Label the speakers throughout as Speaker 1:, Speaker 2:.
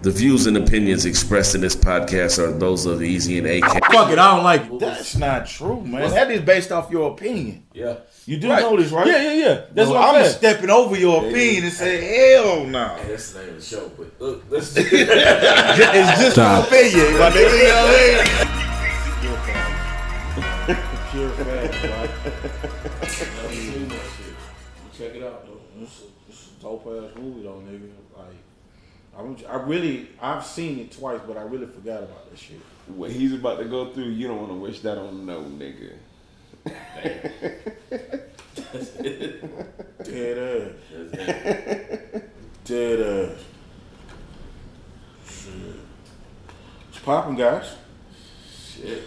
Speaker 1: The views and opinions expressed in this podcast are those of Easy and AK.
Speaker 2: Fuck it, I don't like it.
Speaker 3: That's not true, man. That is based off your opinion.
Speaker 1: Yeah.
Speaker 3: You do
Speaker 2: Right.
Speaker 3: know this, right?
Speaker 2: Yeah, yeah, yeah. That's
Speaker 3: That's
Speaker 2: what I'm,
Speaker 3: I'm
Speaker 2: saying.
Speaker 3: stepping over your opinion and say, hell no.
Speaker 1: That's the name of the show, but look, let's do
Speaker 3: It's just
Speaker 2: Stop.
Speaker 3: your opinion, my nigga. You know what I mean?
Speaker 4: Pure facts, right? Never seen that shit. You check it out, though. It's a, it's a dope ass movie, though, nigga. Like, I, was- I really, I've seen it twice, but I really forgot about that shit.
Speaker 5: What he's about to go through, you don't want to wish that on no nigga.
Speaker 4: Dead ass.
Speaker 1: it.
Speaker 4: Dead ass. Shit. It's popping, guys.
Speaker 1: Shit.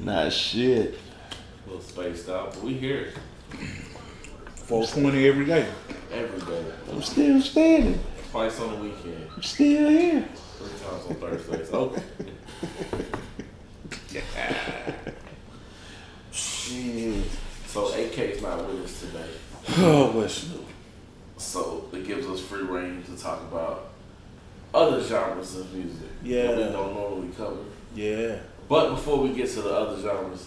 Speaker 5: Nah, shit.
Speaker 1: A little spaced out, but we here
Speaker 4: 420 every day.
Speaker 1: every day.
Speaker 5: I'm still standing.
Speaker 1: Twice on the weekend,
Speaker 5: I'm still here.
Speaker 1: three times on Thursdays. Oh,
Speaker 4: Shit.
Speaker 1: so AK's not with us today.
Speaker 4: Oh, what's new?
Speaker 1: So it gives us free reign to talk about other genres of music that we
Speaker 4: Yeah.
Speaker 1: don't normally cover.
Speaker 4: Yeah.
Speaker 1: But before we get to the other genres,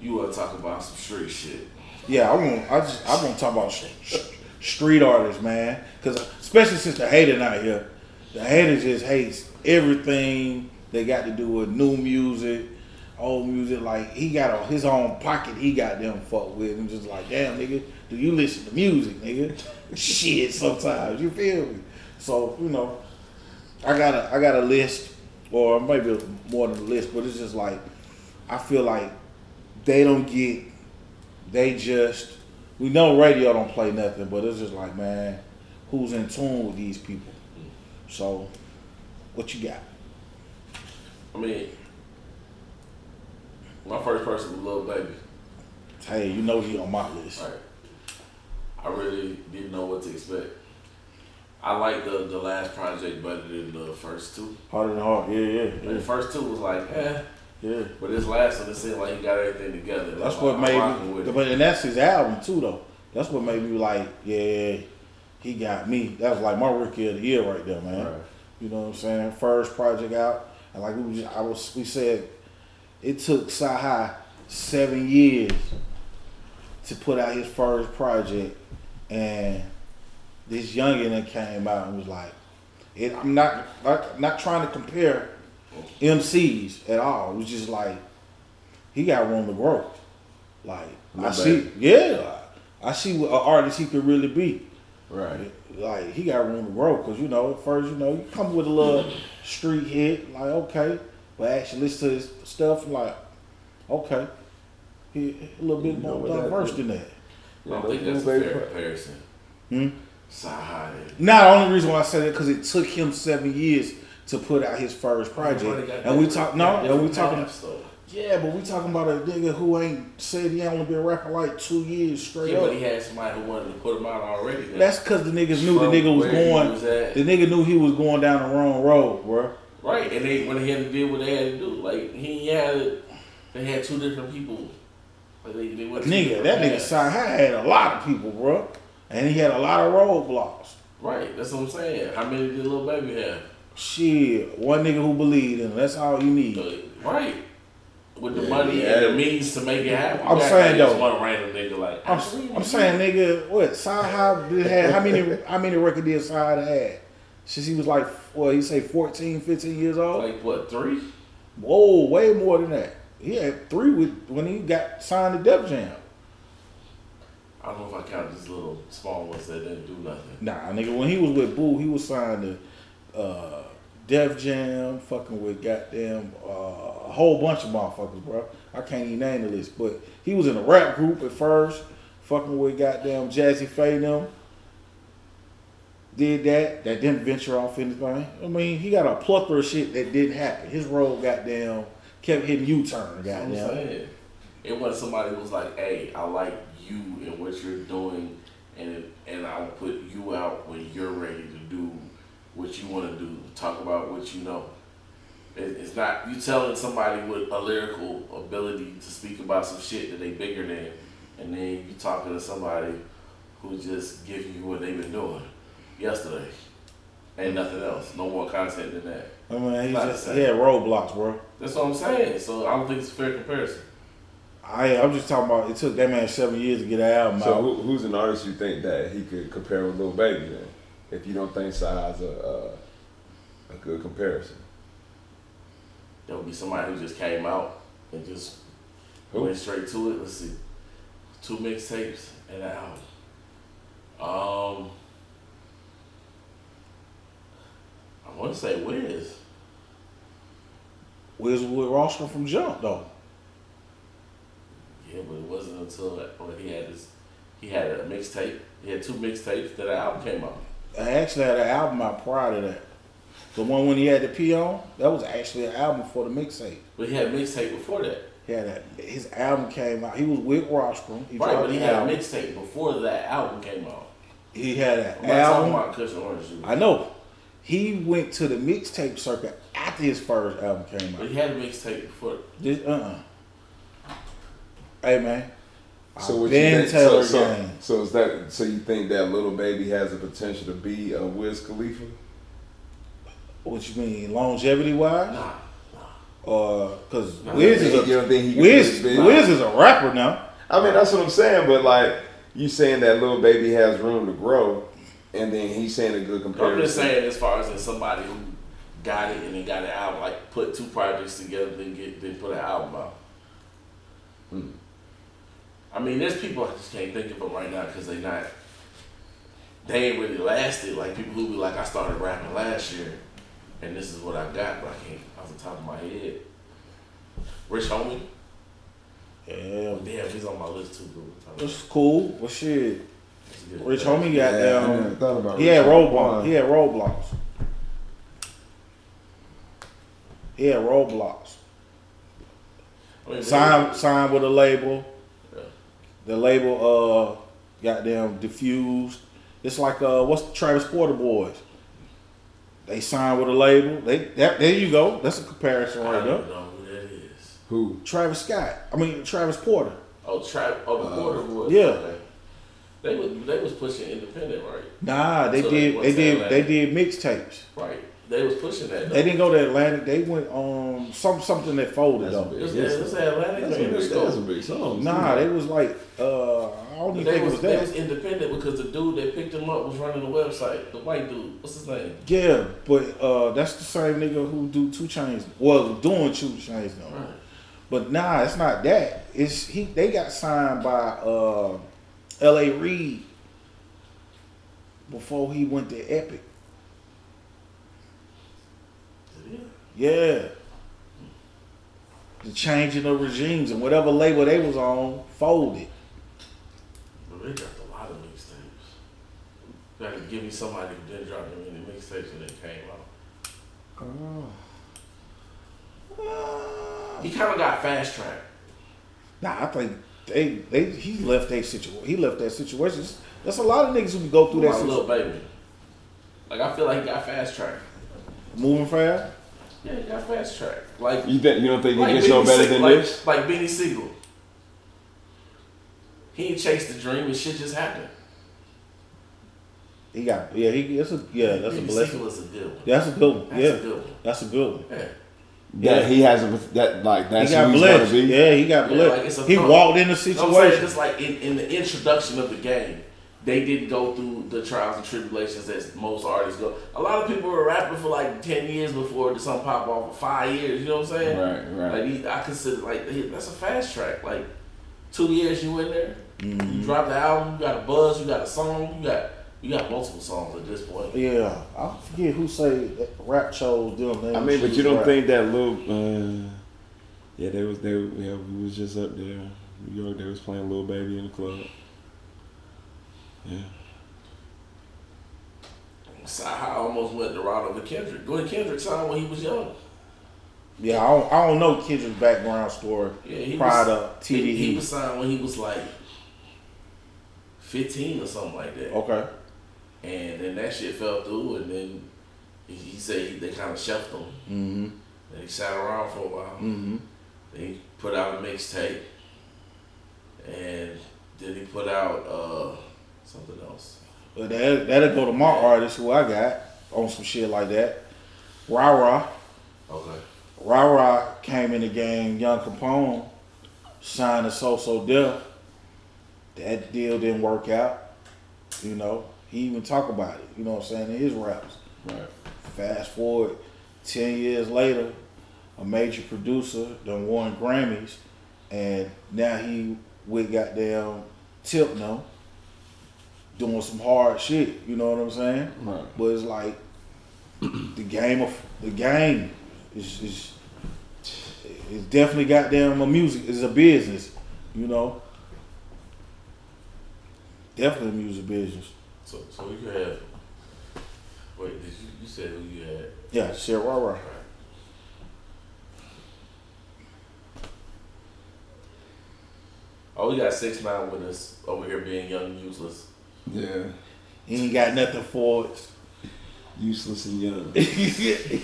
Speaker 1: you want to talk about some street shit.
Speaker 4: Yeah, I want. I just. I want to talk about sh- sh- street artists, man. Because especially since the hater not here, the hater just hates everything they got to do with new music, old music. Like he got on his own pocket. He got them fucked with. And just like, damn, nigga, do you listen to music, nigga? Shit, sometimes you feel me. So you know, I got a I got a list, or maybe more than a list, but it's just like I feel like they don't get they just we know radio don't play nothing, but it's just like man, who's in tune with these people? So, what you got?
Speaker 1: I mean, my first person was Lil Baby.
Speaker 4: Hey, you know he on my list.
Speaker 1: Right. I really didn't know what to expect. I liked the, the last project better than the first two.
Speaker 4: Harder than hard, yeah, yeah,
Speaker 1: Like, the first two was like, eh.
Speaker 4: yeah. yeah.
Speaker 1: But this last one, it seemed like he got everything together.
Speaker 4: That's
Speaker 1: Like,
Speaker 4: what
Speaker 1: I'm rocking
Speaker 4: made
Speaker 1: with
Speaker 4: me,
Speaker 1: it.
Speaker 4: but and that's his album too, though. That's what made me like, yeah, he got me. That was like my rookie of the year right there, man.
Speaker 1: Right.
Speaker 4: You know what I'm saying? First project out, and like we was, I was, we said, it took Sci High seven years to put out his first project, and this youngin that came out and was like, it, I'm not, like, not trying to compare MCs at all. It was just like, he got room to grow. Like I
Speaker 5: Not
Speaker 4: see,
Speaker 5: bad.
Speaker 4: yeah, I see what an artist he could really be.
Speaker 5: Right.
Speaker 4: Like he got room to grow because you know at first you know you come with a little street hit like okay, but actually listen to his stuff like okay, he a little bit
Speaker 5: You know
Speaker 4: more
Speaker 5: what that
Speaker 4: diverse
Speaker 5: is.
Speaker 4: than that.
Speaker 1: I don't think that's a
Speaker 5: Baby
Speaker 1: fair
Speaker 5: pro-
Speaker 1: comparison.
Speaker 4: Hmm?
Speaker 1: Sahai.
Speaker 4: Now the only reason why I said that because it took him seven years to put out his first project, and we talk no, and we talking yeah, but we talking about a nigga who ain't said he only been rapping like two years straight
Speaker 1: Yeah,
Speaker 4: up.
Speaker 1: but he had somebody who wanted to put him out already. then.
Speaker 4: That's because the niggas knew the
Speaker 1: From
Speaker 4: nigga was
Speaker 1: where he
Speaker 4: going.
Speaker 1: was at.
Speaker 4: The nigga knew he was going down the wrong road, bruh.
Speaker 1: Right, and they when they had to deal with what they had to do, like he had they had two different people. Like they, they went
Speaker 4: Nigga, that nigga Sci High had a lot of people, bruh. And he had a lot of roadblocks.
Speaker 1: Right, that's what I'm saying. How many did little baby have?
Speaker 4: Shit, one nigga who believed in him, that's all you need.
Speaker 1: Like, right, with the
Speaker 5: Yeah,
Speaker 1: money
Speaker 5: he
Speaker 1: and the
Speaker 5: had-
Speaker 1: means to make it happen.
Speaker 4: I'm
Speaker 1: You got
Speaker 4: saying,
Speaker 1: just
Speaker 4: though.
Speaker 1: one random nigga like
Speaker 4: I'm, I'm saying, nigga, what? Sci High did- had, how many how many record deals Sci High had? Since he was like, well, he say 14, 15 years old?
Speaker 1: like what three?
Speaker 4: Whoa, way more than that. He had three with, when he got signed to Def Jam.
Speaker 1: I don't know if I count these little small ones that didn't do nothing.
Speaker 4: Nah, nigga, when he was with Boo, he was signed to uh, Def Jam, fucking with goddamn uh, a whole bunch of motherfuckers, bro. I can't even name the list, but he was in a rap group at first, fucking with goddamn Jazzy Faye and them. Did that, that didn't venture off anything. I mean, he got a plethora of shit that didn't happen. His road goddamn kept hitting U turn,
Speaker 1: That's what I'm
Speaker 4: goddamn.
Speaker 1: saying. It wasn't somebody who was like, "Hey, I like you and what you're doing, and and I'll put you out when you're ready to do what you want to do. Talk about what you know." It, it's not you telling somebody with a lyrical ability to speak about some shit that they bigger than, and then you talking to somebody who just giving you what they've been doing yesterday. Ain't nothing else. No more content than that.
Speaker 4: I mean, he
Speaker 1: Not
Speaker 4: just
Speaker 1: the
Speaker 4: he had roadblocks, bro.
Speaker 1: That's what I'm saying. So I don't think it's a fair comparison.
Speaker 4: I I'm just talking about it took that man seven years to get an album
Speaker 5: So
Speaker 4: out.
Speaker 5: who, who's an artist you think that he could compare with Lil Baby then? If you don't think size a a, a good comparison,
Speaker 1: There would be somebody who just came out and just
Speaker 5: who?
Speaker 1: went straight to it. Let's see, two mixtapes and an album. Um, I want to say Wiz.
Speaker 4: Where's with Roscoe from Jump though?
Speaker 1: Yeah, but it wasn't until when he had his, he had a mixtape. He had two mixtapes that an album came out.
Speaker 4: I actually had an album out prior to that. The one when he had the P on, that was actually an album for the mixtape.
Speaker 1: But he had a mixtape before that.
Speaker 4: He had a, his album came out. He was with Rostrum. He
Speaker 1: right,
Speaker 4: dropped
Speaker 1: but
Speaker 4: the
Speaker 1: he had a
Speaker 4: album.
Speaker 1: mixtape before that album came out.
Speaker 4: He had an
Speaker 1: I'm not talking
Speaker 4: album.
Speaker 1: about Cushion Orange Juice.
Speaker 4: I know. He went to the mixtape circuit after his first album came
Speaker 1: But
Speaker 4: out.
Speaker 1: he had a mixtape before.
Speaker 4: Just uh. uh Hey man,
Speaker 5: So
Speaker 4: I've
Speaker 5: what
Speaker 4: been
Speaker 5: you think,
Speaker 4: Taylor
Speaker 5: so, so,
Speaker 4: gang.
Speaker 5: so is that so you think that little baby has the potential to be a Wiz Khalifa?
Speaker 4: what you mean longevity wise?
Speaker 1: Nah,
Speaker 4: Uh, cause
Speaker 1: Nah,
Speaker 4: Wiz
Speaker 5: You
Speaker 4: is a
Speaker 5: don't think he could
Speaker 4: Wiz,
Speaker 5: be as big?
Speaker 4: Wiz is a rapper now.
Speaker 5: I mean, that's what I'm saying. But like you saying that little baby has room to grow, and then he's saying a good comparison.
Speaker 1: I'm just saying as far as in somebody who got it and then got an album, like put two projects together, then get then put an album out.
Speaker 4: Hmm.
Speaker 1: I mean, there's people I just can't think of them right now because they not. They ain't really lasted. Like people who be like, I started rapping last year, and this is what I got, but I can't off the top of my head. Rich homie,
Speaker 4: Yeah,
Speaker 1: oh, damn, he's on my list too. Bro. Talk about-
Speaker 4: it's cool. But shit,
Speaker 1: it's good.
Speaker 4: Rich homie got
Speaker 5: Yeah, I never
Speaker 4: down.
Speaker 5: thought about
Speaker 4: He
Speaker 5: Rich
Speaker 4: had
Speaker 5: Homie.
Speaker 4: roadblocks. He had roadblocks. He had roadblocks.
Speaker 1: I mean,
Speaker 4: Signed signed with a label.
Speaker 1: Yeah.
Speaker 4: The label uh goddamn diffused. It's like uh what's the Travis Porter boys? They signed with a label. They that, there you go. That's a comparison
Speaker 1: I
Speaker 4: right
Speaker 1: don't
Speaker 4: there.
Speaker 1: know who that is.
Speaker 5: Who?
Speaker 4: Travis Scott. I mean Travis Porter.
Speaker 1: Oh, Trap. Oh, the
Speaker 5: Uh,
Speaker 1: Border Boys.
Speaker 4: yeah.
Speaker 1: okay. They was they was pushing independent, right?
Speaker 4: Nah, they
Speaker 1: So they
Speaker 4: did
Speaker 1: went
Speaker 4: they
Speaker 1: to
Speaker 4: did
Speaker 1: Atlanta.
Speaker 4: they did mixtapes.
Speaker 1: Right. They was pushing that. Though.
Speaker 4: They didn't go to Atlantic. They went um some something that folded
Speaker 5: That's
Speaker 4: though.
Speaker 5: a big-
Speaker 1: It was, it was Atlantic or
Speaker 5: That's a big,
Speaker 1: Interscope?
Speaker 5: that's a big song.
Speaker 4: Nah, they was like uh I don't even
Speaker 1: They
Speaker 4: think it
Speaker 1: was
Speaker 4: was
Speaker 1: they
Speaker 4: that.
Speaker 1: was independent because the dude that picked him up was running the website. The white dude. What's his name?
Speaker 4: Yeah, but uh, that's the same nigga who do two chains. Well, doing two chains now.
Speaker 1: Right.
Speaker 4: But nah, it's not that. It's he. They got signed by uh, L.A. Reid before he went to Epic.
Speaker 1: Yeah.
Speaker 4: Yeah. The changing of regimes and whatever label they was on folded.
Speaker 1: But they dropped a lot of mixtapes. Gotta give me somebody who didn't drop them any mixtapes when they came out. He kind of got fast tracked.
Speaker 4: Nah, I think they they he left that situation. He left that situation. That's a lot of niggas who go through
Speaker 1: My
Speaker 4: that situation.
Speaker 1: little baby. Like I feel like he got fast tracked.
Speaker 4: Moving fast.
Speaker 1: Yeah, he got fast tracked. Like
Speaker 5: You think you don't think he
Speaker 1: Like
Speaker 5: gets no
Speaker 1: Benny
Speaker 5: better
Speaker 1: Se-
Speaker 5: than
Speaker 1: like,
Speaker 5: this?
Speaker 1: Like Benny Siegel. He ain't chased the dream and shit just happened.
Speaker 4: He got yeah. He that's a yeah. That's a
Speaker 1: Benny
Speaker 4: blessing.
Speaker 1: Siegel is a good one.
Speaker 4: That's a good one.
Speaker 1: That's
Speaker 4: yeah,
Speaker 1: a good one.
Speaker 4: that's a good one.
Speaker 1: Yeah.
Speaker 5: That he has a that like that's
Speaker 4: he got
Speaker 5: who he's gonna
Speaker 4: blessed.
Speaker 5: be.
Speaker 4: Yeah, he got
Speaker 1: Yeah, like,
Speaker 4: blessed.
Speaker 1: it's a
Speaker 4: he
Speaker 1: thumb.
Speaker 4: walked in
Speaker 1: You know
Speaker 4: the
Speaker 1: what I'm saying?
Speaker 4: situation.
Speaker 1: Just like in, in the introduction of the game, they didn't go through the trials and tribulations that most artists go. A lot of people were rapping for like 10 years before the song pop off for five years. You know what I'm saying?
Speaker 5: Right, right.
Speaker 1: Like he, I consider like he- that's a fast track. Like two years you in there,
Speaker 4: Mm.
Speaker 1: you drop the album, you got a buzz, you got a song, you got you got multiple songs at this point.
Speaker 4: Yeah, I forget who say that rap shows them. they
Speaker 5: I mean, but
Speaker 4: choose
Speaker 5: you don't
Speaker 4: rap.
Speaker 5: think that little? Uh, yeah, they was they yeah we was just up there, New York. They was playing Little Baby in the club. Yeah,
Speaker 1: So I almost went the route of the Kendrick. Glenn Kendrick signed when he was young.
Speaker 4: Yeah, I don't, I don't know Kendrick's background story
Speaker 1: Yeah, he
Speaker 4: prior
Speaker 1: was,
Speaker 4: to TDE.
Speaker 1: He, he was signed when he was like fifteen or something like that.
Speaker 4: okay,
Speaker 1: And then that shit fell through, and then he, he said he, they kind of shelved him.
Speaker 4: mm-hmm.
Speaker 1: They sat around for a while.
Speaker 4: Mm-hmm.
Speaker 1: Then he put out a mixtape, and then he put out uh, something else.
Speaker 4: But that that'll go to my artist who I got, on some shit like that. Rah rah.
Speaker 1: Okay.
Speaker 4: Rah rah came in the game. Young Capone signed a so so deal. That deal didn't work out. You know, he even talked about it. You know what I'm saying in his raps.
Speaker 1: Right.
Speaker 4: Fast forward ten years later, a major producer done won Grammys, and now he with goddamn Tipno doing some hard shit. You know what I'm saying?
Speaker 5: Right.
Speaker 4: But it's like the game of the game is is it's definitely goddamn a music. It's a business. You know. Definitely a music business.
Speaker 1: So so you have. Wait, did you you said who you had?
Speaker 4: Yeah, shit, rah rah.
Speaker 1: Oh, we got six nine with us over here being young and useless.
Speaker 5: Yeah.
Speaker 4: He ain't got nothing for it.
Speaker 5: Useless and young.
Speaker 4: he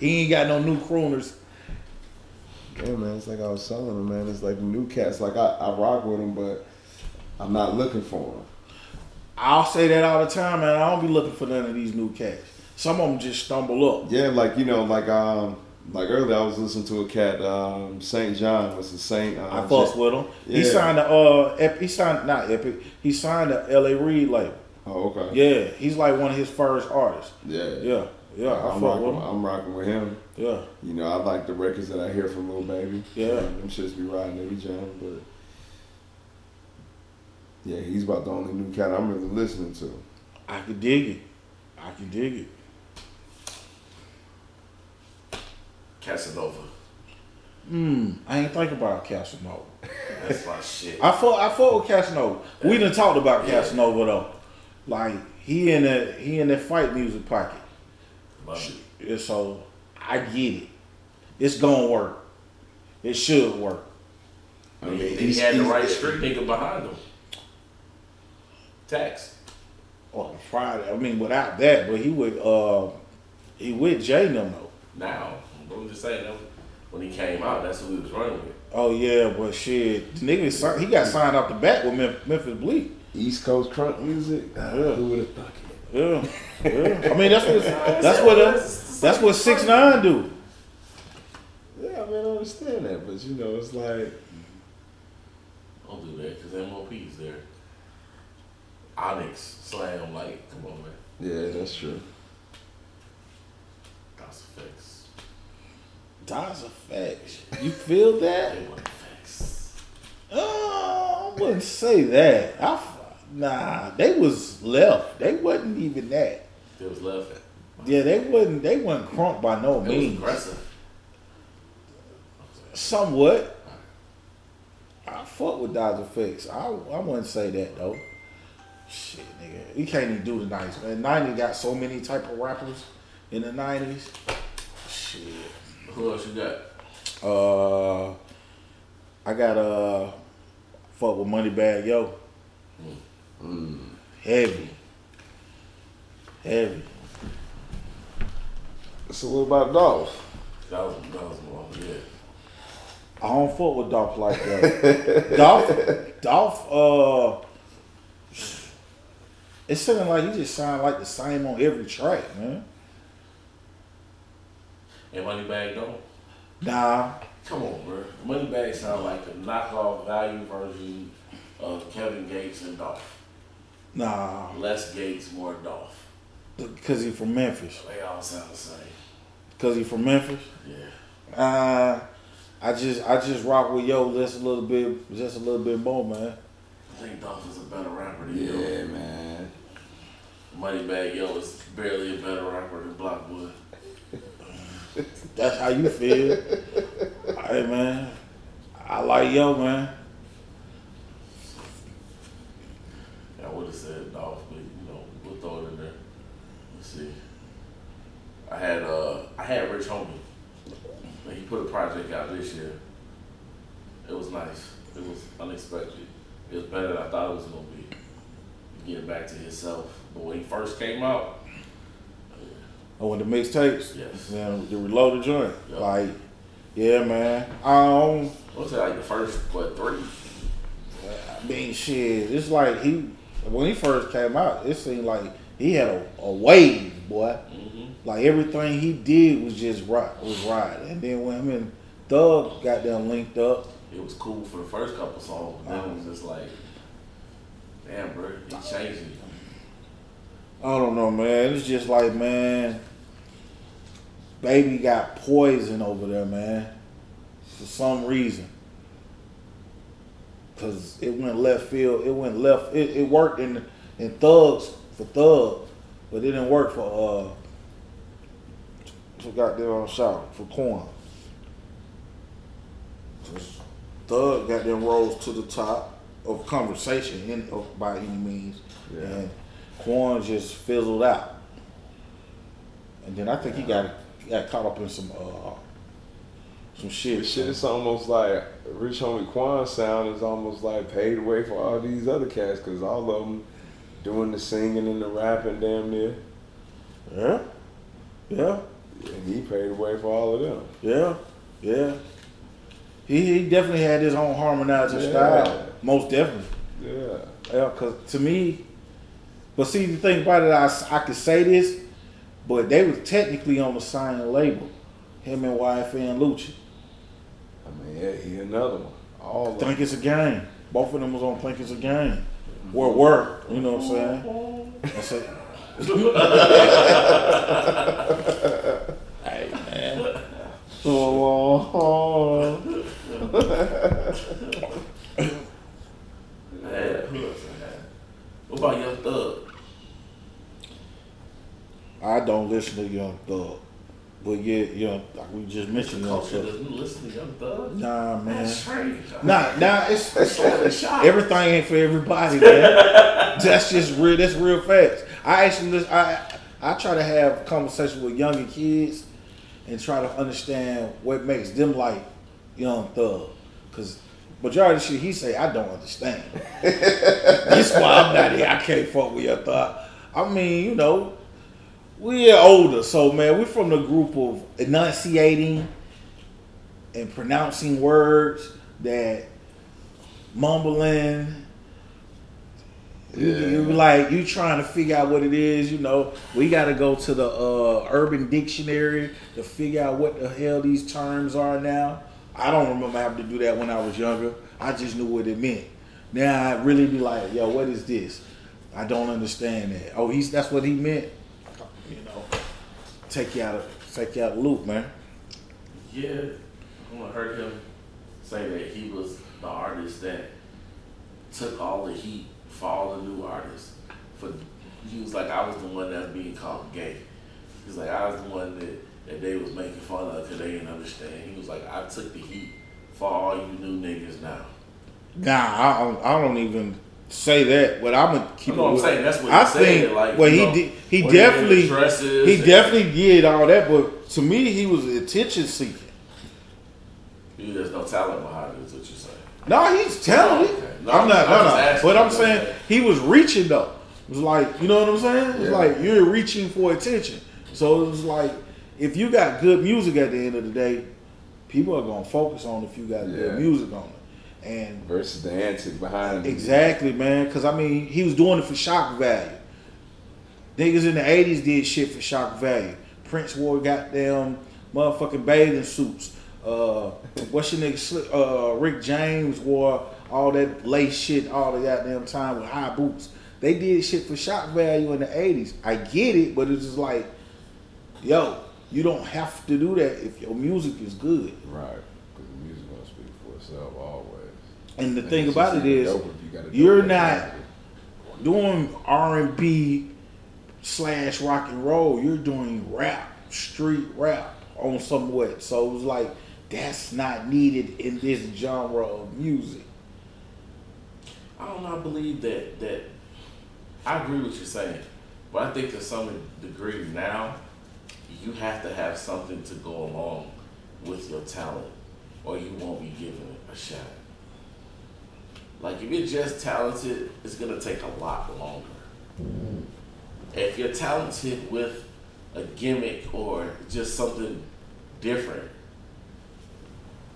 Speaker 4: ain't got no new crooners.
Speaker 5: Yeah, man, it's like I was telling him, man. It's like the new cats. Like I, I rock with them, but I'm not looking for them.
Speaker 4: I'll say that all the time, man. I don't be looking for none of these new cats. Some of them just stumble up.
Speaker 5: Yeah, like you know, like um, like earlier I was listening to a cat, um, Saint John was the Saint. Um,
Speaker 4: I fucks with him. He
Speaker 5: Yeah.
Speaker 4: signed the uh, Ep- he signed not Epic. He signed the L.A. Reid label.
Speaker 5: Oh, okay.
Speaker 4: Yeah, he's like one of his first artists.
Speaker 5: Yeah,
Speaker 4: Yeah, yeah, I
Speaker 5: I'm
Speaker 4: fuck
Speaker 5: rocking.
Speaker 4: with him.
Speaker 5: I'm rocking with him.
Speaker 4: Yeah,
Speaker 5: You know, I like the records that I hear from Lil Baby.
Speaker 4: Yeah.
Speaker 5: them shits be riding every jam, but yeah, he's about the only new cat I'm really listening to.
Speaker 4: I can dig it. I can dig it.
Speaker 1: Casanova.
Speaker 4: Mm, I ain't think about Casanova.
Speaker 1: That's my shit.
Speaker 4: I fuck, I fuck with Casanova. We done talked about
Speaker 1: Yeah.
Speaker 4: Casanova though. Like he in that he in that fight music pocket.
Speaker 1: Love it.
Speaker 4: And so I get it. It's gonna work. It should work.
Speaker 5: I
Speaker 1: He- he,
Speaker 5: he's-
Speaker 1: had the
Speaker 5: he's-
Speaker 1: right street nigga behind him. Tax.
Speaker 4: On Oh, Friday. I mean, without that, but he would. Uh, he with Jay no though.
Speaker 1: Now, I'm just saying that when he came out, that's who he was running with.
Speaker 4: Oh yeah, but shit, the nigga si- he got signed off the bat with Mem- Memphis Bleak.
Speaker 5: East Coast crunk music.
Speaker 4: Yeah.
Speaker 5: Who would have thunk it?
Speaker 4: Yeah, yeah. I mean that's what that's what uh, that's what six nine do.
Speaker 5: Yeah, I mean, I understand that, but you know, it's like
Speaker 1: Don't do that because MOP's there. Onyx slam like, come on man,
Speaker 5: yeah, that's true.
Speaker 1: that's facts.
Speaker 4: That's a fact. You feel that?
Speaker 1: They want facts.
Speaker 4: Uh, I wouldn't say that. I f- nah, they was left. They wasn't even that.
Speaker 1: They was laughing.
Speaker 4: Yeah, they wasn't. They wasn't crunk by no
Speaker 1: It was
Speaker 4: means.
Speaker 1: aggressive.
Speaker 4: Somewhat. I fuck with Dodger Fix. I I wouldn't say that though. Shit, nigga, you can't even do the nineties, man. Ninety got so many type of rappers in the nineties. Shit.
Speaker 1: Who else you got?
Speaker 4: Uh, I got uh, fuck with Money Bag Yo. Mm. Heavy. Heavy.
Speaker 5: So what about Dolph?
Speaker 1: That was that was one. Yeah.
Speaker 4: I don't fuck with Dolph like that. Dolph, Dolph, uh, it's something like he just sound like the same on every track, man.
Speaker 1: And Moneybag don't.
Speaker 4: Nah,
Speaker 1: Come on, bro. Moneybag sound like a knockoff value version of Kevin Gates and Dolph.
Speaker 4: nah,
Speaker 1: Less Gates, more Dolph.
Speaker 4: because he from Memphis.
Speaker 1: They all sound the same.
Speaker 4: Because he from Memphis.
Speaker 1: Yeah.
Speaker 4: Uh, I just, I just rock with Yo just a little bit, just a little bit more, man.
Speaker 1: I think Dolph is a better rapper than Yo.
Speaker 5: Yeah, man.
Speaker 1: Moneybag Yo is barely a better rapper than Blockwood.
Speaker 4: That's how you feel. hey, man, I like Yo, man.
Speaker 1: I would have said Dolph, but you know, we'll throw it in there. Let's see. I had uh I had Rich Homie. And he put a project out this year. It was nice. It was unexpected. It was better than I thought it was gonna be. Getting back to himself. But when he first came out,
Speaker 4: Oh, with the mixtapes.
Speaker 1: Yes.
Speaker 4: Yeah, the reloaded joint.
Speaker 1: Yeah.
Speaker 4: Like, yeah, man. Um,
Speaker 1: I would say like the first what three?
Speaker 4: I mean, shit. It's like he when he first came out, it seemed like he had a, a wave, boy.
Speaker 1: Mm-hmm.
Speaker 4: Like everything he did was just right, was right. And then when him and Thug got them linked up,
Speaker 1: It was cool for the first couple songs, but then it was just like, damn, bro, he changed it.
Speaker 4: I don't know, man. It's just like, man, baby got poison over there, man, for some reason. Cause it went left field. It went left. It, it worked in in thugs for thug, but it didn't work for uh. For goddamn shot for corn. Thug got them rose to the top of conversation in, of, by any means,
Speaker 5: Yeah.
Speaker 4: and Quan just fizzled out. And then I think he got got caught up in some uh, some shit.
Speaker 5: This shit is almost like Rich Homie Quan sound is almost like paid way for all these other cats because all of them doing the singing and the rapping damn near.
Speaker 4: Yeah, yeah,
Speaker 5: And he paid way for all of them.
Speaker 4: yeah, yeah. He, he definitely had his own harmonizer
Speaker 5: Yeah.
Speaker 4: style, most definitely.
Speaker 5: Yeah.
Speaker 4: Yeah, cause to me, but see the thing about it, I s- I could say this, but they was technically on the signing label, him and YFN Lucci.
Speaker 5: I mean, yeah, he another one. All of
Speaker 4: Think it's a game. Both of them was on Think it's a game. Or were, you know what I'm saying? I said,
Speaker 3: Hey man,
Speaker 5: them.
Speaker 1: Yeah, who else I had? What about Young Thug?
Speaker 4: I don't listen to Young Thug. But yeah, Young, like we just mentioned Young
Speaker 1: Culture
Speaker 4: Thug.
Speaker 1: doesn't listen to Young Thug.
Speaker 4: Oh, Nah, man.
Speaker 1: That's strange.
Speaker 4: Nah, nah, it's, it's
Speaker 1: Shot.
Speaker 4: everything ain't for everybody, man. that's just real. That's real facts. I actually, lis- I, I try to have conversations with younger kids and try to understand what makes them like Young Thug, because majority of the shit he say I don't understand. that's why I'm not here. I can't fuck with Young Thug. I mean, you know, we're older, so man, we're from the group of enunciating and pronouncing words that mumbling. You,
Speaker 5: Yeah.
Speaker 4: you like you trying to figure out what it is, you know. We got to go to the uh, Urban Dictionary to figure out what the hell these terms are now. I don't remember having to do that when I was younger. I just knew what it meant. Now I really be like, yo, what is this? I don't understand that. Oh, he's that's what he meant. You know, take you out of take you out of the loop, man.
Speaker 1: Yeah, I'm gonna heard him say that he was the artist that took all the heat for all the new artists. For he was like, I was the one that's being called gay. He's like, I was the one that, that they was making fun of because they didn't understand. He was like, I took the heat for all you new niggas now.
Speaker 4: Nah, I don't, I don't even say that. But I'm gonna keep.
Speaker 1: You know what I'm
Speaker 4: it
Speaker 1: saying? That's what
Speaker 4: I
Speaker 1: he said.
Speaker 4: think
Speaker 1: like,
Speaker 4: well,
Speaker 1: you
Speaker 4: he
Speaker 1: know,
Speaker 4: did- he
Speaker 1: when they in
Speaker 4: definitely-
Speaker 1: the dresses
Speaker 4: He
Speaker 1: and-
Speaker 4: definitely did all that, but to me, he was attention seeking.
Speaker 1: You- There's no talent behind it, is what you're saying.
Speaker 4: No, he's talented.
Speaker 1: Okay. No,
Speaker 4: I'm not.
Speaker 1: I'm
Speaker 4: No,
Speaker 1: just
Speaker 4: no.
Speaker 1: asking.
Speaker 4: But I'm saying he was reaching though. It was like you know what I'm saying. It's
Speaker 5: Yeah.
Speaker 4: like you're reaching for attention. So it was like if you got good music at the end of the day, people are gonna focus on if you got
Speaker 5: Yeah.
Speaker 4: good music on it. And
Speaker 5: Versus the antics behind it.
Speaker 4: exactly, man, because I mean he was doing it for shock value. Niggas in the '80s did shit for shock value. Prince wore goddamn motherfucking bathing suits. Uh, what's your nigga? Sli- Uh, Rick James wore all that lace shit all the goddamn time with high boots. They did shit for shock value in the '80s. I get it, but it's just like, yo, you don't have to do that if your music is good.
Speaker 5: Right. Because the music gonna speak for itself always.
Speaker 4: And the
Speaker 5: And
Speaker 4: thing
Speaker 5: it's
Speaker 4: about it
Speaker 5: just
Speaker 4: is,
Speaker 5: even doper if you got a dope
Speaker 4: you're
Speaker 5: ass
Speaker 4: not-
Speaker 5: rapper.
Speaker 4: doing R and B slash rock and roll, you're doing rap, street rap on somewhat. So it was like that's not needed in this genre of music.
Speaker 1: I don't know. I believe that that I agree with you saying, but I think to some degree now, you have to have something to go along with your talent, or you won't be given a shot. Like if you're just talented, it's gonna take a lot longer. If you're talented with a gimmick or just something different,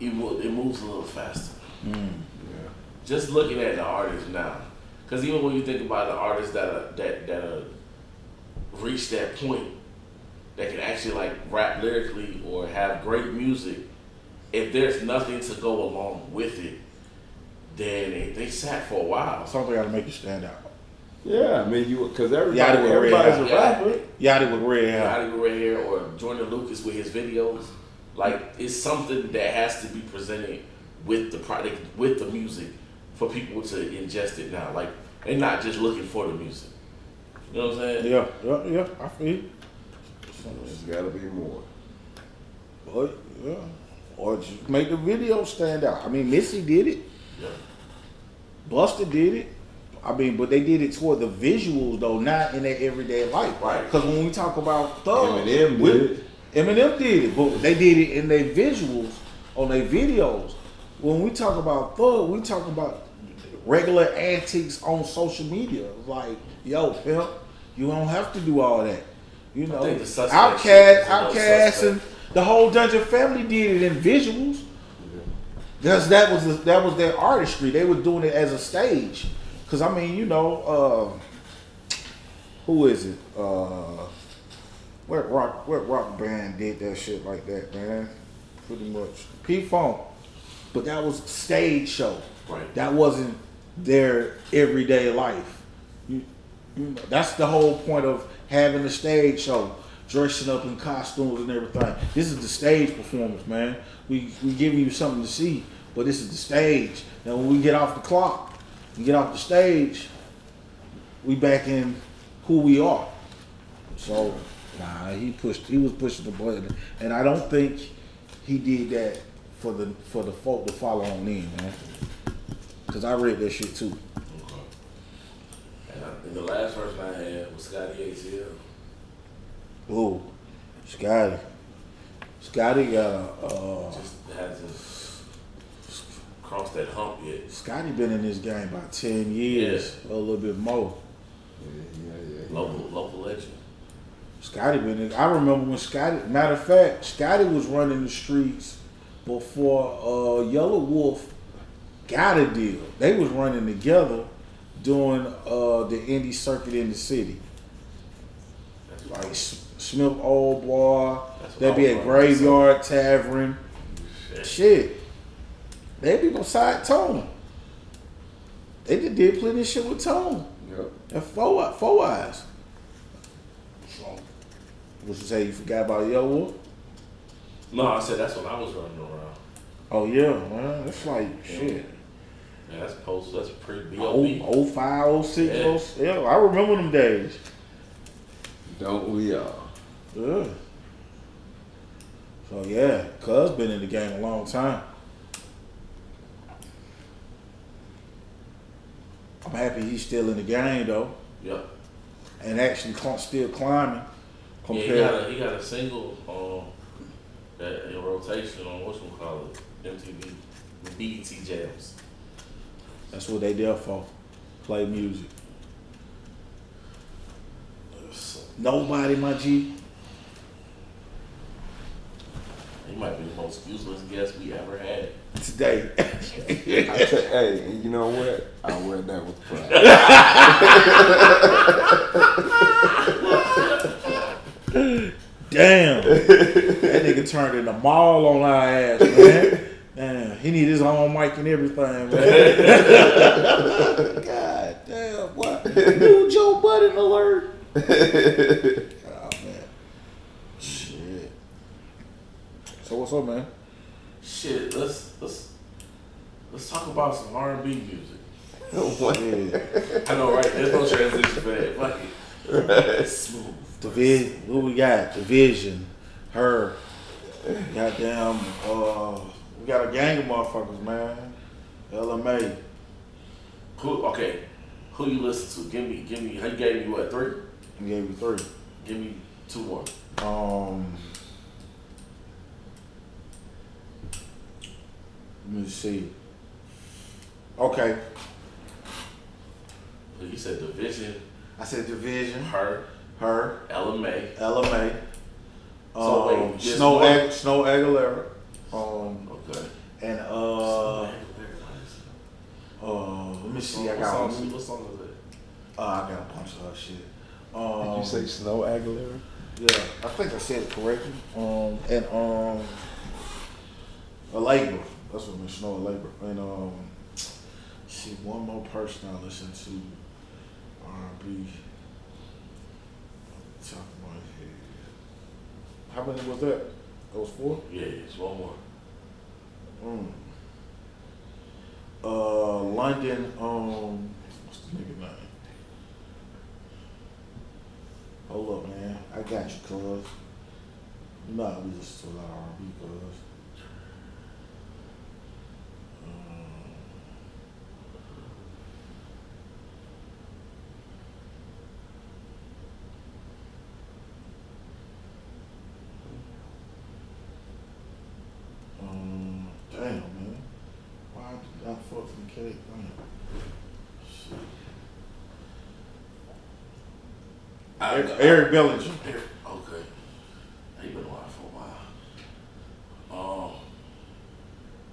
Speaker 1: it will, it moves a little faster
Speaker 5: Yeah.
Speaker 1: just looking at the artists now, because even when you think about the artists that are that that are reach that point that can actually like rap lyrically or have great music, if there's nothing to go along with it, then they, they sat for a while.
Speaker 4: Something got to make you stand out.
Speaker 5: Yeah, I mean you because everybody,
Speaker 4: Yeah, I do wear red
Speaker 5: everybody's a
Speaker 1: hat. Yeah.
Speaker 5: rapper.
Speaker 4: Yachty with red hair.
Speaker 1: Roddy Red Hair or Jordan Lucas with his videos, like it's something that has to be presented with the product, with the music, for people to ingest it now. Like they're not just looking for the music. You know what I'm saying?
Speaker 4: Yeah, yeah, yeah. I feel you.
Speaker 5: There's gotta be more.
Speaker 4: But, yeah. Or just make the video stand out. I mean, Missy did it.
Speaker 1: Yeah.
Speaker 4: Buster did it. I mean, but they did it toward the visuals though, not in their everyday life.
Speaker 1: Right.
Speaker 4: Because when we talk about thugs,
Speaker 5: Eminem
Speaker 4: we-
Speaker 5: did it.
Speaker 4: Eminem did it, but they did it in their visuals on their videos. When we talk about thug, we talk about regular antics on social media. Like, yo, pimp, you don't have to do all that. You know,
Speaker 1: think the suspect shit
Speaker 4: outcast,
Speaker 1: is a little
Speaker 4: outcast, and
Speaker 1: suspect.
Speaker 4: the whole Dungeon family did it in visuals. Because that was that was their artistry. They were doing it as a stage. Because I mean, you know, uh, who is it? Uh, what rock? What rock band did that shit like that, man? Pretty much P Funk, but that was stage show.
Speaker 1: Right.
Speaker 4: That wasn't their everyday life. You, you know, that's the whole point of having a stage show, dressing up in costumes and everything. This is the stage performance, man. We we giving you something to see, but this is the stage. Now when we get off the clock, we get off the stage, we back in who we are. So nah, he pushed. He was pushing the button, and I don't think he did that for the for the folk to follow on in, man. Cause I read that shit too.
Speaker 1: Okay. And I think the last person I had was Scotty ATL.
Speaker 4: Ooh, Scotty. Scotty got a. Uh,
Speaker 1: Just hasn't crossed that hump yet.
Speaker 4: Scotty been in this game about ten years, a little bit more.
Speaker 5: Yeah, yeah, yeah.
Speaker 1: Local local legend.
Speaker 4: Scotty been. In, I remember when Scotty. Matter of fact, Scotty was running the streets before uh, Yellow Wolf got a deal. They was running together, doing uh, the indie circuit in the city.
Speaker 1: That's
Speaker 4: Like
Speaker 1: right.
Speaker 4: S- Smith Old Boy,
Speaker 1: That's what
Speaker 4: there'd be
Speaker 1: I
Speaker 4: a
Speaker 1: was
Speaker 4: graveyard tavern.
Speaker 1: Shit.
Speaker 4: Shit, they be beside Tone. They just did plenty of shit with Tone
Speaker 5: Yep.
Speaker 4: and Four Four Eyes. What you say? You forgot about Yellow Wolf?
Speaker 1: No, I said that's when I was running around.
Speaker 4: Oh yeah, man. It's like shit.
Speaker 1: Yeah, that's post. That's pre B O B.
Speaker 4: Oh, 05, 06, yeah. yeah, I remember them days.
Speaker 5: Don't we uh? all?
Speaker 4: Yeah. So yeah, Cuz been in the game a long time. I'm happy he's still in the game though,
Speaker 1: Yep.
Speaker 4: and actually cl- still climbing.
Speaker 1: Yeah,
Speaker 4: Compared,
Speaker 1: he got a he got a single um that in rotation on what's gonna call it MTV the BET jams.
Speaker 4: that's what they there for. Play music.
Speaker 1: So,
Speaker 4: Nobody, my G.
Speaker 1: he might be the most useless guest we ever had.
Speaker 4: Today,
Speaker 5: I ta- hey, and you know what? I wear that with pride.
Speaker 4: damn, that nigga turned into mall on our ass, man. Damn, he need his own mic and everything, man. God damn, what? New Joe Budden alert. Oh man, shit. So what's up, man?
Speaker 1: Shit, let's let's let's talk about some R and B music.
Speaker 5: What?
Speaker 4: Yeah,
Speaker 1: I know, right? There's no transition for that. Fuck it. Smooth.
Speaker 4: the vid. What we got? The vision. Her. Goddamn. Uh, we got a gang of motherfuckers, man. LMA.
Speaker 1: Who? Okay. Who you listen to? Give me, give me. He gave me what three?
Speaker 4: We gave you three.
Speaker 1: Give me two more.
Speaker 4: Um, let me see. Okay,
Speaker 1: You said Division,
Speaker 4: I said division.
Speaker 1: her,
Speaker 4: Her,
Speaker 1: LMA.
Speaker 4: LMA, um,
Speaker 1: So wait, just
Speaker 4: Snow
Speaker 1: one?
Speaker 4: Ag- Snow Aguilera, um,
Speaker 1: Okay.
Speaker 4: and uh, uh, let me see. I
Speaker 1: What
Speaker 4: got
Speaker 1: song- What song is it?
Speaker 4: Oh, uh, I got a bunch of her shit.
Speaker 5: Did
Speaker 4: Um,
Speaker 5: you say Snow Aguilera?
Speaker 4: yeah, I think I said it correctly. Um, and um, a labor. That's what Miss Snow a labor. And um, see one more person I listen to R&B. Top of my head. How many was that? That was four.
Speaker 1: Yeah, it's one more.
Speaker 4: Mm. Uh, London. Um, what's the nigga name? Hold up, man. I got you, cuz. You know how we listen to a lot of R&B, cuz. Um, Um, damn, man. Why did I fuck from K? Damn. Shit.
Speaker 1: I-
Speaker 4: Eric, Eric Bellinger.
Speaker 1: Okay. He been alive for a while.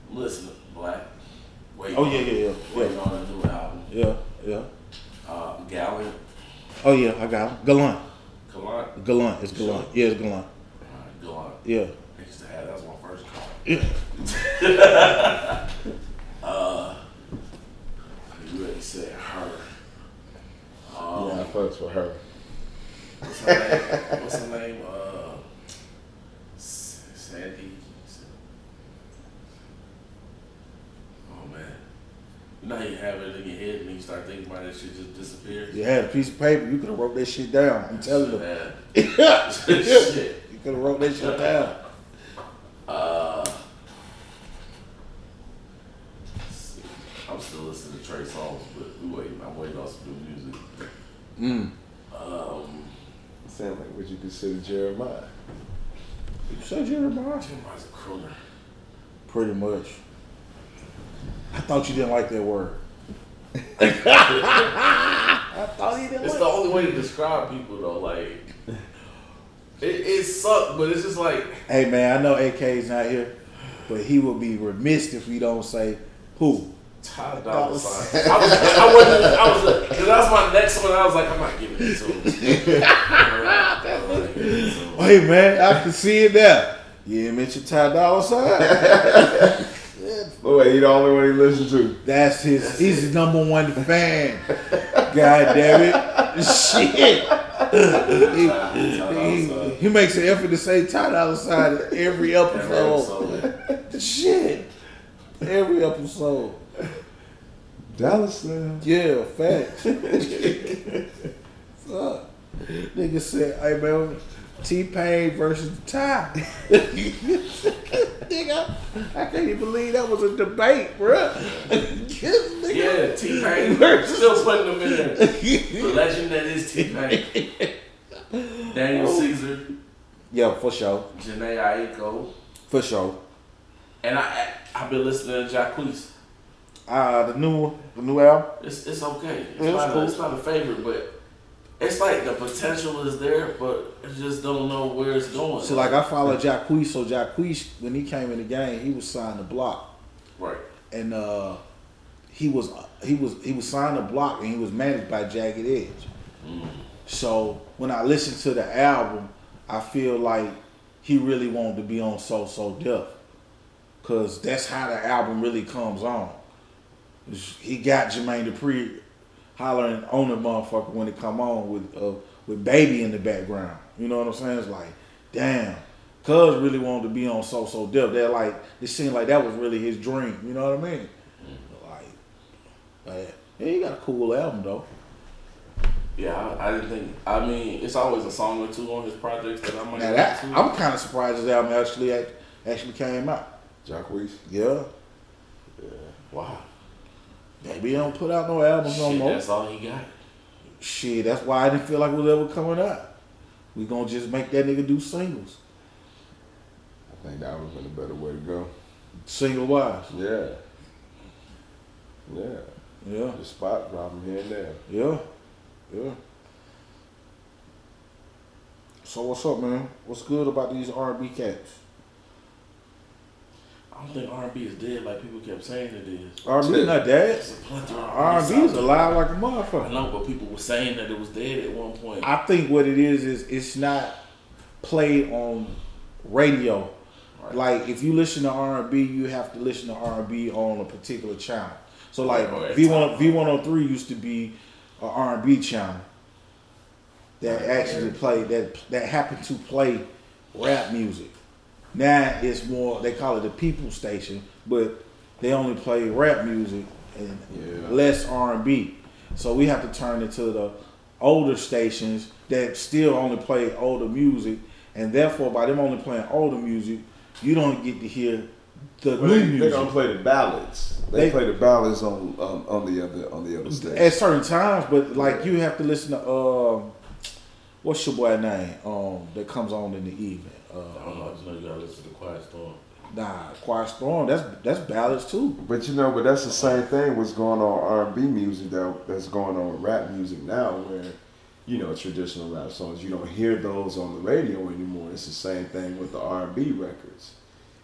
Speaker 1: Um, listen, Black. Wait.
Speaker 4: Oh, yeah, yeah, yeah.
Speaker 1: Waiting on a new album.
Speaker 4: Yeah, yeah.
Speaker 1: Uh, Gallant,
Speaker 4: Oh, yeah, I got him. Gallant.
Speaker 1: Gallant,
Speaker 4: Gallant. It's Gallant. Yeah, it's Gallant.
Speaker 1: uh, Gallant.
Speaker 4: Yeah.
Speaker 1: I used to have that was my first car.
Speaker 4: Yeah.
Speaker 1: Uh, you already said her. Um,
Speaker 5: yeah, I fucks with her.
Speaker 1: What's her name? What's her name? Uh, S- Sandy. Oh man. You know how you have it in your head and you start thinking about it, shit just disappears.
Speaker 4: You had a piece of paper. You could have wrote that shit down. I'm telling you.
Speaker 1: Man.
Speaker 4: you
Speaker 1: shit.
Speaker 4: could have wrote that shit down.
Speaker 1: Uh, I'm still listening to Trey songs, but we waiting. I'm waiting on some new music.
Speaker 4: Mm.
Speaker 1: Um,
Speaker 5: It sound like what you consider Jeremiah.
Speaker 4: You said you were
Speaker 1: Jim Miles a crooner.
Speaker 4: Pretty much. I thought you didn't like that word. I thought you didn't
Speaker 1: It's the only way to describe people though. Like, it, it sucked, but it's just like
Speaker 4: Hey man, I know AK's not here, but he would be remiss if we don't say who.
Speaker 1: Ty Dolla Sign. I was, I wasn't, I was, cause that was my next one. I was like, I'm not giving it to him. I'm not giving it to him.
Speaker 4: Hey man, I can see it now. You didn't mention Ty Dolla Sign.
Speaker 5: Oh, wait, he the only one he listens to.
Speaker 4: That's his. he's his number one fan. God damn it! Shit.
Speaker 1: Ty
Speaker 4: He,
Speaker 1: Dolla Sign.
Speaker 4: he makes an effort to say Ty Dolla Sign in every
Speaker 1: Every
Speaker 4: episode.
Speaker 1: episode.
Speaker 4: Shit. Every episode.
Speaker 5: Dallas uh, now.
Speaker 4: Yeah, facts. Fuck. Nigga said, hey man, T Pain versus Ty. Nigga, I can't even believe that was a debate, bruh. Yes, nigga.
Speaker 1: Yeah, T Pain. Still putting them in there. The
Speaker 4: Yeah.
Speaker 1: legend that is T Pain. Daniel
Speaker 4: Oh.
Speaker 1: Caesar,
Speaker 4: for sure.
Speaker 1: Janae Aiko,
Speaker 4: For sure.
Speaker 1: and I. I've been listening to Jacquees.
Speaker 4: Uh the new the new album.
Speaker 1: It's it's okay. It's,
Speaker 4: Yeah, it's
Speaker 1: not
Speaker 4: cool.
Speaker 1: a, it's not a favorite, but it's like the potential is there, but I just don't know where it's going.
Speaker 4: So like I followed Jacquees, so Jacquees when he came in the game, he was signed to block.
Speaker 1: right,
Speaker 4: and uh, he was he was he was signed to block and he was managed by Jagged Edge. So when I listen to the album, I feel like he really wanted to be on So So Deaf, cause that's how the album really comes on. He got Jermaine Dupri hollering on the motherfucker when it come on with uh, with baby in the background. You know what I'm saying? It's like, damn, Cuz really wanted to be on So So Deaf. They're like, it seemed like that was really his dream. You know what I mean? Like, but, yeah, he got a cool album though.
Speaker 1: yeah. I, I didn't think. I mean, it's always a song or two on his projects that I might.
Speaker 4: Now that
Speaker 1: listen to.
Speaker 4: I'm kind of surprised this album actually act- actually came out.
Speaker 5: Jacquees.
Speaker 4: Yeah,
Speaker 1: wow.
Speaker 4: maybe they don't put out no albums no
Speaker 1: Shit,
Speaker 4: more.
Speaker 1: that's all he got.
Speaker 4: Shit, that's why I didn't feel like it was ever coming out. We gonna just make that nigga do singles,
Speaker 5: I think that would have been a better way to go.
Speaker 4: single wise.
Speaker 5: Yeah. Yeah.
Speaker 4: Yeah,
Speaker 5: The spot problem here and there.
Speaker 4: yeah, yeah. So what's up, man? What's good about these R&B cats?
Speaker 1: I don't think R&B is dead like people kept saying it is.
Speaker 4: R&B not dead.
Speaker 1: It's a plethora. of
Speaker 4: R&B
Speaker 1: songs.
Speaker 4: is alive like a
Speaker 1: I
Speaker 4: motherfucker.
Speaker 1: know, but people were saying that it was dead at one point.
Speaker 4: I think what it is is it's not played on radio.
Speaker 1: Right.
Speaker 4: Like if you listen to R&B, you have to listen to R&B on a particular channel. So like
Speaker 1: Right, right.
Speaker 4: V1 V103 used to be a R&B channel that actually played that that happened to play rap music. Now it's more they call it the people station, but they only play rap music and
Speaker 5: Yeah.
Speaker 4: less R and B. So we have to turn it to the older stations that still only play older music, and therefore by them only playing older music, you don't get to hear the
Speaker 5: Well,
Speaker 4: new
Speaker 5: they, they
Speaker 4: music.
Speaker 5: don't play the ballads. They,
Speaker 4: They-
Speaker 5: play the ballads on um, on the other on the other stage.
Speaker 4: at certain times, but like you have to listen to um, what's your boy name um that comes on in the evening.
Speaker 1: I don't
Speaker 4: Uh,
Speaker 1: know. I just know you gotta listen to Quiet Storm.
Speaker 4: nah, Quiet Storm. That's that's ballads too.
Speaker 5: But you know, but that's the same thing what's going on R and B music that that's going on with rap music now, where you know traditional rap songs you don't hear those on the radio anymore. It's the same thing with the R and B records.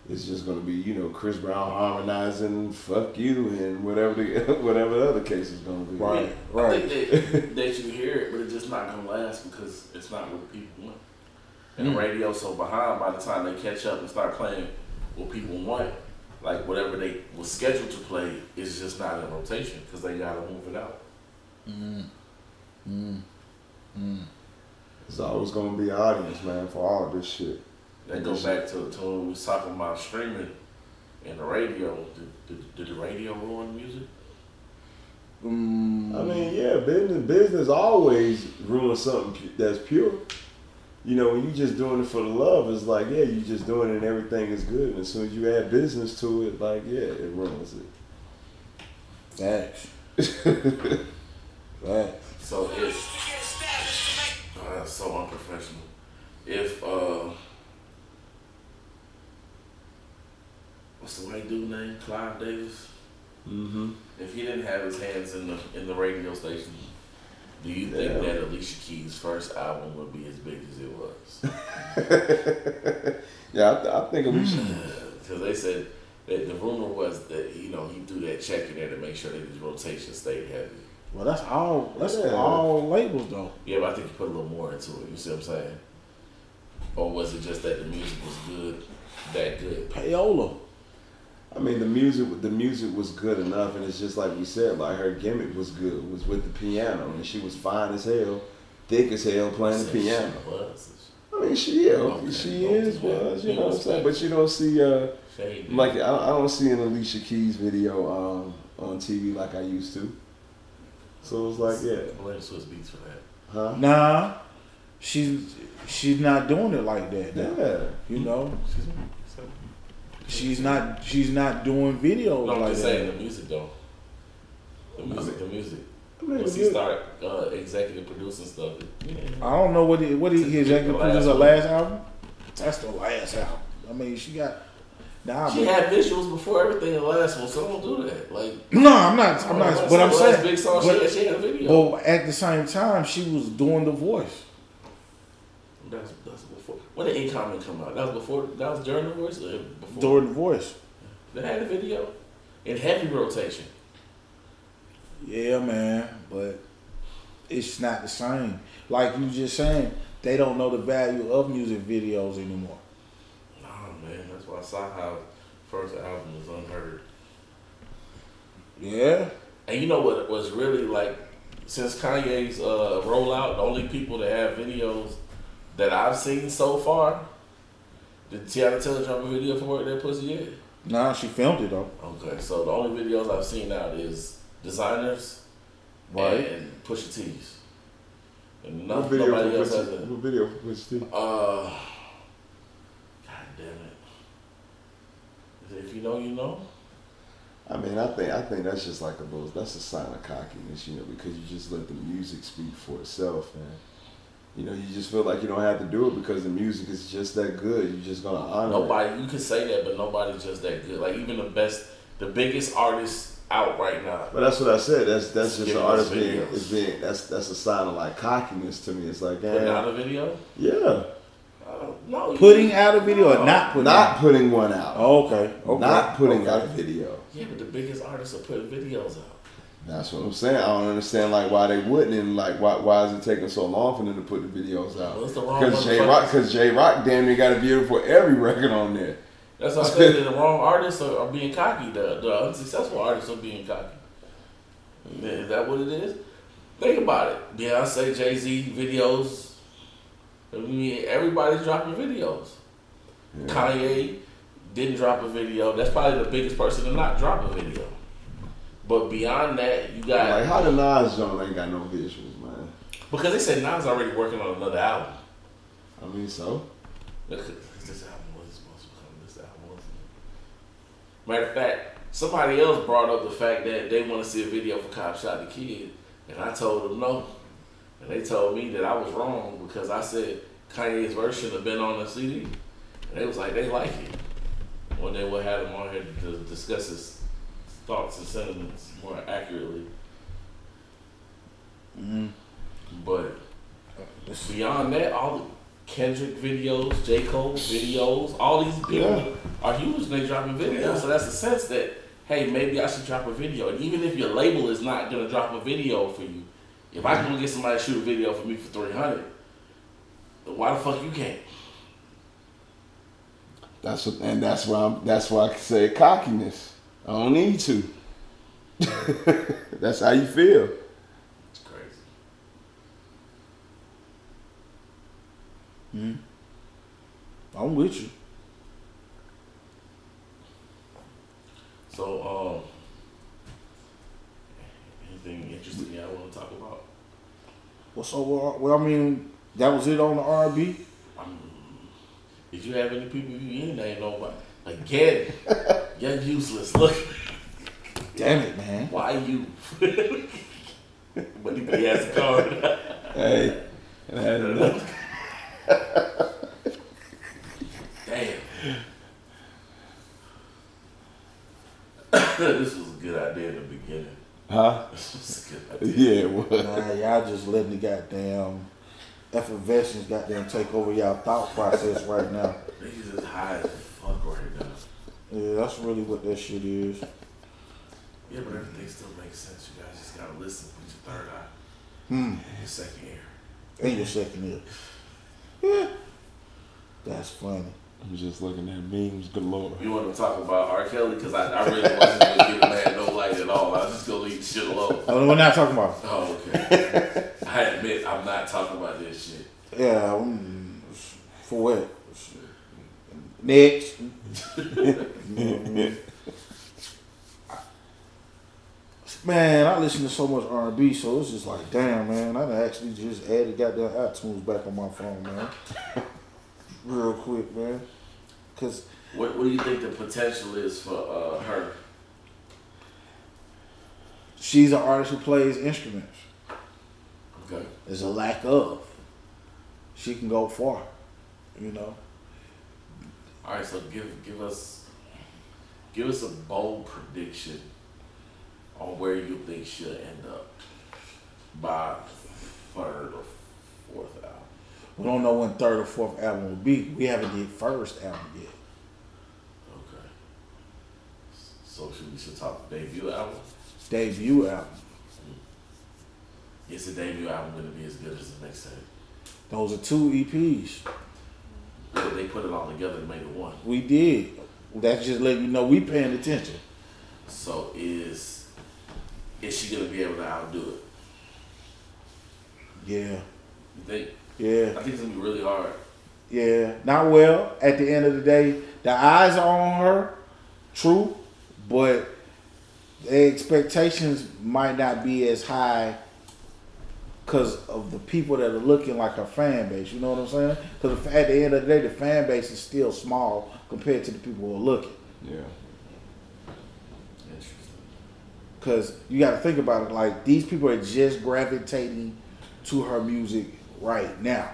Speaker 5: It's just gonna be you know Chris Brown harmonizing "fuck you" and whatever the whatever the other case is gonna be.
Speaker 4: Right,
Speaker 1: Yeah, I
Speaker 4: right.
Speaker 1: think that, that you hear it, but it's just not gonna last because it's not what people want. And
Speaker 4: Hmm.
Speaker 1: the radio's so behind by the time they catch up and start playing what people want, like whatever they was scheduled to play is just not in rotation because they gotta move it out.
Speaker 4: Mm-hmm.
Speaker 5: There's always gonna be an audience, man, for all of this shit.
Speaker 1: That goes back to, to when we was talking about streaming and the radio. Did, did, did the radio ruin music?
Speaker 4: Mm,
Speaker 5: I mean, yeah, business business always ruins something pu- that's pure. You know, when you just doing it for the love, it's like, yeah, you just doing it and everything is good. And as soon as you add business to it, like, yeah, it ruins it.
Speaker 4: facts. Facts.
Speaker 1: So if oh, that's so unprofessional. If uh, what's the white dude name? Clive Davis.
Speaker 5: Mm-hmm.
Speaker 1: If he didn't have his hands in the in the radio station, do you think
Speaker 5: Yeah.
Speaker 1: that Alicia Keys' first album would be as big as it was?
Speaker 5: Yeah, I, th- I think we should.
Speaker 1: Because they said that the rumor was that you know he threw that check in there to make sure that his rotation stayed heavy.
Speaker 4: Well, that's all. That's
Speaker 5: Yeah.
Speaker 4: all labels though.
Speaker 1: Yeah, but I think you put a little more into it. You see what I'm saying? Or was it just that the music was good, that good?
Speaker 4: Payola.
Speaker 5: I mean, the music the music was good enough, and it's just like we said, like her gimmick was good, was with the piano, and she was fine as hell, thick as hell playing the
Speaker 1: Since she
Speaker 5: piano.
Speaker 1: was,
Speaker 5: I mean, she is,
Speaker 1: Okay.
Speaker 5: she is, was, you know what I'm saying? But you don't see. uh
Speaker 1: she ain't
Speaker 5: Like I, I don't see an Alicia Keys video um, on TV like I used to. So it's like, yeah,
Speaker 1: blame Swiss Beats for that.
Speaker 5: huh?
Speaker 4: Nah, she's she's not doing it like that. now,
Speaker 5: Yeah,
Speaker 4: You know, she's not she's not doing videos
Speaker 1: No, I'm
Speaker 4: Oh, like
Speaker 1: just
Speaker 4: that.
Speaker 1: saying the music though. The music, the music.
Speaker 5: I mean,
Speaker 1: Once
Speaker 5: it's
Speaker 1: he
Speaker 5: good.
Speaker 1: started uh, executive producing stuth, yeah.
Speaker 4: I don't know what it, what it, his executive
Speaker 1: The last
Speaker 4: producer
Speaker 1: one.
Speaker 4: last album. That's the last album. I mean, she got. Nah,
Speaker 1: she
Speaker 4: Ah, but,
Speaker 1: had visuals before everything the last one, so don't do that. Like,
Speaker 4: no, I'm not. I'm not. But I'm
Speaker 1: the last big
Speaker 4: saying.
Speaker 1: song she,
Speaker 4: but-
Speaker 1: had, she had a video.
Speaker 4: But at the same time, she was doing the voice.
Speaker 1: that's, that's before. When did Incoming come out? That was before. That was during the voice. Or before.
Speaker 4: Doing the voice.
Speaker 1: They had a video in heavy rotation.
Speaker 4: Yeah, man, but it's not the same. Like you just saying, they don't know the value of music videos anymore.
Speaker 1: Oh man, that's why I saw how first album was unheard.
Speaker 4: Yeah,
Speaker 1: And you know what was really like since Kanye's uh, rollout, the only people that have videos that I've seen so far, did Tiana Taylor drop a video for it that pussy yet?
Speaker 4: nah, she filmed it though.
Speaker 1: Okay, so the only videos I've seen out is designers
Speaker 4: Right.
Speaker 1: and Pusha T's. And no,
Speaker 5: What video?
Speaker 1: nobody else
Speaker 5: for
Speaker 1: has
Speaker 5: which,
Speaker 1: a
Speaker 5: what video? for Which thing?
Speaker 1: uh God damn it. If you know, you know.
Speaker 5: I mean, I think I think that's just like a little. That's a sign of cockiness, you know, because you just let the music speak for itself, and you know, you just feel like you don't have to do it because the music is just that good. You're just gonna honor it.
Speaker 1: Nobody, you can say that, but nobody's just that good. Like even the best, the biggest artists out right now.
Speaker 5: But that's what I said. That's that's just
Speaker 1: Give
Speaker 5: an
Speaker 1: us
Speaker 5: artist being
Speaker 1: videos.
Speaker 5: is being. That's that's a sign of like cockiness to me. It's like,
Speaker 1: But
Speaker 5: yeah,
Speaker 1: not a video.
Speaker 5: yeah.
Speaker 1: I don't No, you-
Speaker 4: Putting out a video or
Speaker 1: No.
Speaker 4: not putting
Speaker 5: Not
Speaker 4: out?
Speaker 5: putting one out.
Speaker 4: Oh, okay. okay.
Speaker 5: Not putting
Speaker 4: okay.
Speaker 5: out a video.
Speaker 1: Yeah, but the biggest artists are putting videos out.
Speaker 5: That's what I'm saying. I don't understand like why they wouldn't and like why why is it taking so long for them to put the videos out?
Speaker 1: Well, it's the wrong
Speaker 5: Because J Rock, because J Rock damn near got a video for every record on there.
Speaker 1: That's why I said that the wrong artists are, are being cocky. The, the unsuccessful artists are being cocky. Is that what it is? Think about it. Beyonce, Jay Z, videos. I mean, everybody's dropping videos. Kanye didn't drop a video. That's probably the biggest person to not drop a video. But beyond that, you got
Speaker 5: Like how the Nas John ain't got no visuals, man.
Speaker 1: because they said Nas already working on another album.
Speaker 5: I mean, so
Speaker 1: This album was supposed to come. This album was. Matter of fact, somebody else brought up the fact that they want to see a video for Cop Shot the Kid, and I told them no, and they told me that I was wrong because I said Kanye's version have been on the CD, and they was like they like it. One day we'll have him on here to discuss his thoughts and sentiments more accurately,
Speaker 4: Mhm.
Speaker 1: but beyond that, all the Kendrick videos, J. Cole videos, all these people
Speaker 5: Yeah.
Speaker 1: are huge and they dropping videos. So that's a sense that, hey, maybe I should drop a video. And even if your label is not gonna drop a video for you, if I can get somebody to shoot a video for me for three hundred, why the fuck you can't?
Speaker 5: that's what, and that's why I'm, that's why I say cockiness. I don't need to. that's how you feel.
Speaker 1: It's crazy.
Speaker 4: I'm with you.
Speaker 1: So, um, anything interesting y'all want to talk about?
Speaker 4: Well, so well, well, I mean, that was it on the R&B.
Speaker 1: Did you have any people you ain't named nobody? Again, you're useless. Look.
Speaker 4: Damn it, man.
Speaker 1: Why you? but he has a card.
Speaker 5: Hey, and I had enough.
Speaker 1: Damn. this was a good idea in the beginning.
Speaker 5: huh?
Speaker 1: This was a good idea.
Speaker 5: Yeah, well,
Speaker 4: Nah, y'all just letting the goddamn effervescence goddamn take over y'all thought process right now.
Speaker 1: Niggas is high as fuck right now.
Speaker 4: Yeah, that's really what that shit is.
Speaker 1: Yeah, but everything still makes sense. You guys just gotta listen with your third eye,
Speaker 4: Hmm.
Speaker 1: your second ear.
Speaker 4: In your second year. Yeah. That's funny.
Speaker 5: I'm just looking at memes galore.
Speaker 1: You want to talk about R. Kelly? Because I, I really wasn't gonna give the man no light at all. I was just gonna leave the shit alone.
Speaker 4: Oh, we're not talking about.
Speaker 1: Oh, okay. I admit I'm not talking about this shit.
Speaker 4: Yeah. mm, for what? Next. man, I listen to so much R and B, so it's just like, damn, man, I done actually just added goddamn iTunes back on my phone, man. Real quick, man, cause
Speaker 1: What, what do you think the potential is for uh, her?
Speaker 4: she's an artist who plays instruments.
Speaker 1: Okay.
Speaker 4: There's a lack of. She can go far, you know.
Speaker 1: All right. So give give us give us a bold prediction on where you think she'll end up by third or fourth album.
Speaker 4: We don't know when third or fourth album will be. We haven't did first album yet.
Speaker 1: Okay. So should we should talk debut album?
Speaker 4: Debut album.
Speaker 1: Is the debut album going to be as good as the next tape?
Speaker 4: Those are two E EPs.
Speaker 1: They put it all together and made it one.
Speaker 4: We did. That's just letting you know we paying attention.
Speaker 1: So is is she going to be able to outdo it?
Speaker 4: Yeah.
Speaker 1: You think? I
Speaker 4: Yeah.
Speaker 1: think it's going to be really hard.
Speaker 4: Yeah. Not well. At the end of the day, the eyes are on her. True. But the expectations might not be as high because of the people that are looking like her fan base. You know what I'm saying? Because at the end of the day, the fan base is still small compared to the people who are looking.
Speaker 5: Yeah.
Speaker 1: Interesting.
Speaker 4: Cause you got to think about it. Like these people are just gravitating to her music right now.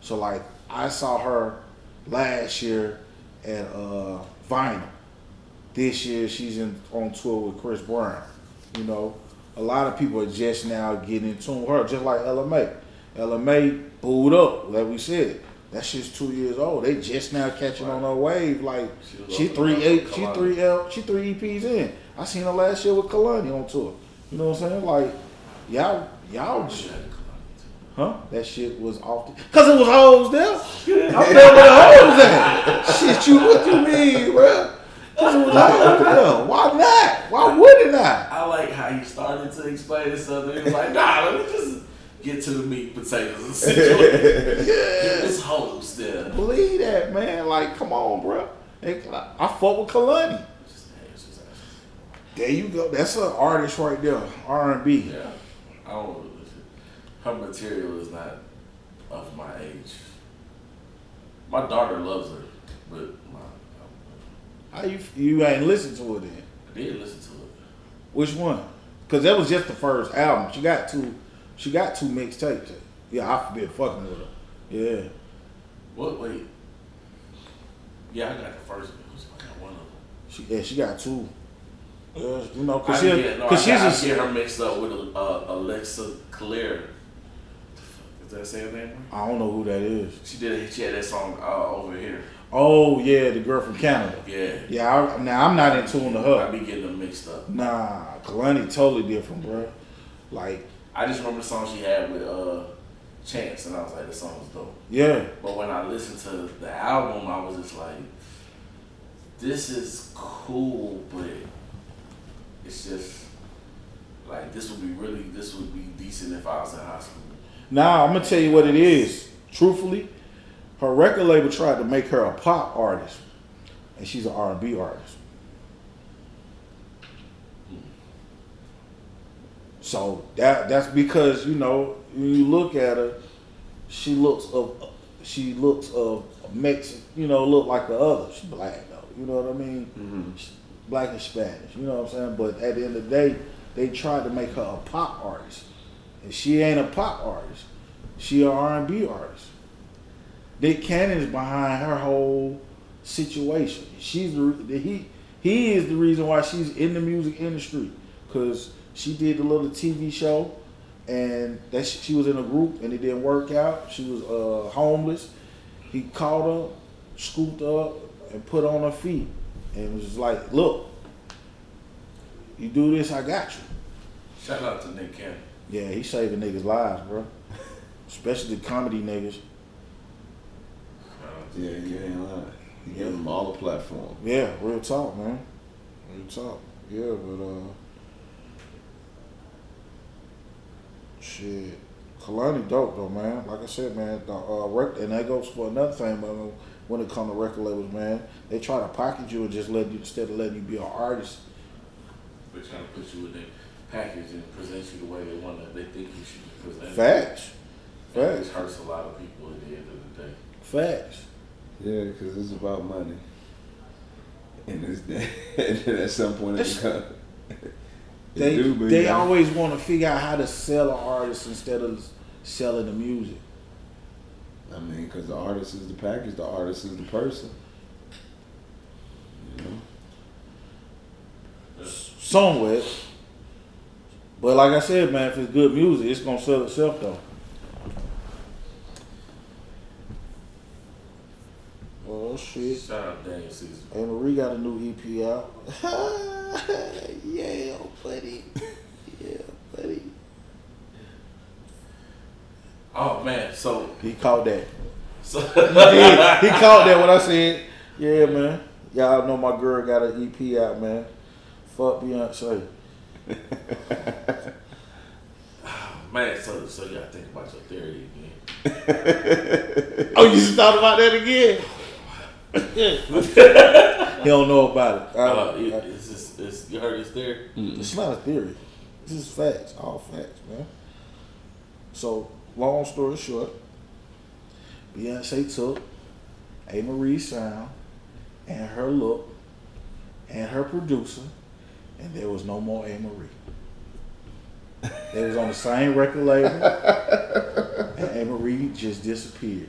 Speaker 4: So like I saw her last year at uh, Vinyl. This year she's in on tour with Chris Brown. You know, a lot of people are just now getting in tune with her, just like LMA. LMA booed up, like we said. That shit's two years old. They just now catching on her wave. Like
Speaker 1: She was
Speaker 4: she
Speaker 1: up-
Speaker 4: three
Speaker 1: up
Speaker 4: eight,
Speaker 1: with
Speaker 4: she
Speaker 1: Kalani.
Speaker 4: three L, she three EPs in. I seen her last year with Kalani on tour. You know what I'm saying? Like y'all, y'all, j- huh? That shit was off. The, Cause it was hoes there. I'm there with the hoes at. Shit, you what you mean, bro? Cause it was hoes there. Why not? Why wouldn't I?
Speaker 1: I like how you started to explain this stuff. And he was like, nah, let me just get to the meat and potatoes and situation.
Speaker 4: Yeah.
Speaker 1: It's hoes there.
Speaker 4: Believe that, man. Like, come on, bro. They- I, I fuck with Kalani. There you go. That's an artist right there. R and B.
Speaker 1: Yeah, I don't really listen. Her material is not of my age. My daughter loves her, but my, I
Speaker 4: How you you ain't listened to it then?
Speaker 1: did listen to it.
Speaker 4: Which one? Because that was just the first album. She got two. She got two mixtapes. Yeah, I forbid fucking with her. Yeah.
Speaker 1: What? Wait. Yeah, I got the first one. I got one of them.
Speaker 4: She yeah she got two. Yeah, you know,
Speaker 1: I
Speaker 4: cause, she,
Speaker 1: get, no, I,
Speaker 4: cause
Speaker 1: got- I
Speaker 4: she's a,
Speaker 1: get her mixed up with uh, Alexa Claire. Is that say her name? right?
Speaker 4: I don't know who that is.
Speaker 1: She did. She had that song uh, over here.
Speaker 4: Oh yeah, the girl from Canada.
Speaker 1: Yeah.
Speaker 4: Yeah. I, now I'm not in tune to
Speaker 1: I
Speaker 4: her.
Speaker 1: be getting them mixed up.
Speaker 4: Nah, Kalani totally different, bro. Like
Speaker 1: I just remember the song she had with uh, Chance, and I was like, "This song was dope."
Speaker 4: yeah.
Speaker 1: But when I listened to the album, I was just like, this is cool, but it's just like this would be really this would be decent if I was in high school.
Speaker 4: Nah, I'm gonna tell you what it is. Truthfully, her record label tried to make her a pop artist, and she's an R&B artist. So that that's because you know when you look at her, she looks of she looks of Mexican, you know, look like the other. She's black though, you know what I mean? She- Black and Spanish, you know what I'm saying? But at the end of the day, they tried to make her a pop artist, and she ain't a pop artist. She a R&B artist. Dick Cannon's behind her whole situation. She's the, re- the he he is the reason why she's in the music industry because she did the little TV show, and that sh- she was in a group and it didn't work out. She was uh, homeless. He called her, scooped her up, and put on her feet, and was like, "Look, you do this, I got you."
Speaker 1: Shout out to Nick Cannon.
Speaker 4: Yeah, he saving niggas lives, bro. Especially the comedy niggas.
Speaker 1: Shout out to
Speaker 5: Yeah,
Speaker 1: Nick
Speaker 5: you
Speaker 1: Cannon.
Speaker 5: ain't lying. You give them all the platform.
Speaker 4: Yeah, real talk, man.
Speaker 5: Real talk. Yeah, but uh,
Speaker 4: Shit, Kalani dope though, man. Like I said, man, the, uh, rec- and that goes for another thing, man. When it comes to record labels, man, they try to pocket you and just let you instead of letting you be an artist.
Speaker 1: They're trying to put you in their package and present you the way they want to. They think you should be presented.
Speaker 4: Facts,
Speaker 1: And It
Speaker 4: facts,
Speaker 1: hurts a lot of people at the end of the day.
Speaker 4: facts.
Speaker 5: yeah, because it's about money. And, it's, and then at some point it
Speaker 4: It's-
Speaker 5: becomes.
Speaker 4: They
Speaker 5: do, but
Speaker 4: they
Speaker 5: yeah.
Speaker 4: always want to figure out how to sell an artist instead of selling the music.
Speaker 5: I mean, because the artist is the package, the artist is the person. You know?
Speaker 4: somewhat. But like I said, man, if it's good music, it's gonna sell itself though. Oh shit!
Speaker 1: Shout out to Daniel Caesar.
Speaker 4: And Marie got a new EP out. yeah, buddy. Yeah, buddy.
Speaker 1: Oh man, so
Speaker 4: He caught that.
Speaker 1: so
Speaker 4: He, did. he caught that when I said, "Yeah, man. Y'all know my girl got an EP out, man. Fuck Beyonce."
Speaker 1: man, so so you gotta think about your theory again.
Speaker 4: Oh, you just thought about that again? he don't know about it. I-
Speaker 1: Uh, it,
Speaker 4: I-
Speaker 1: it's, it's, it's you heard it's there.
Speaker 4: it's not a theory. This is facts, all facts, man. So, long story short, Beyonce took A. Marie sound and her look and her producer, and there was no more A. Marie. They was on the same record label, and A. Marie just disappeared.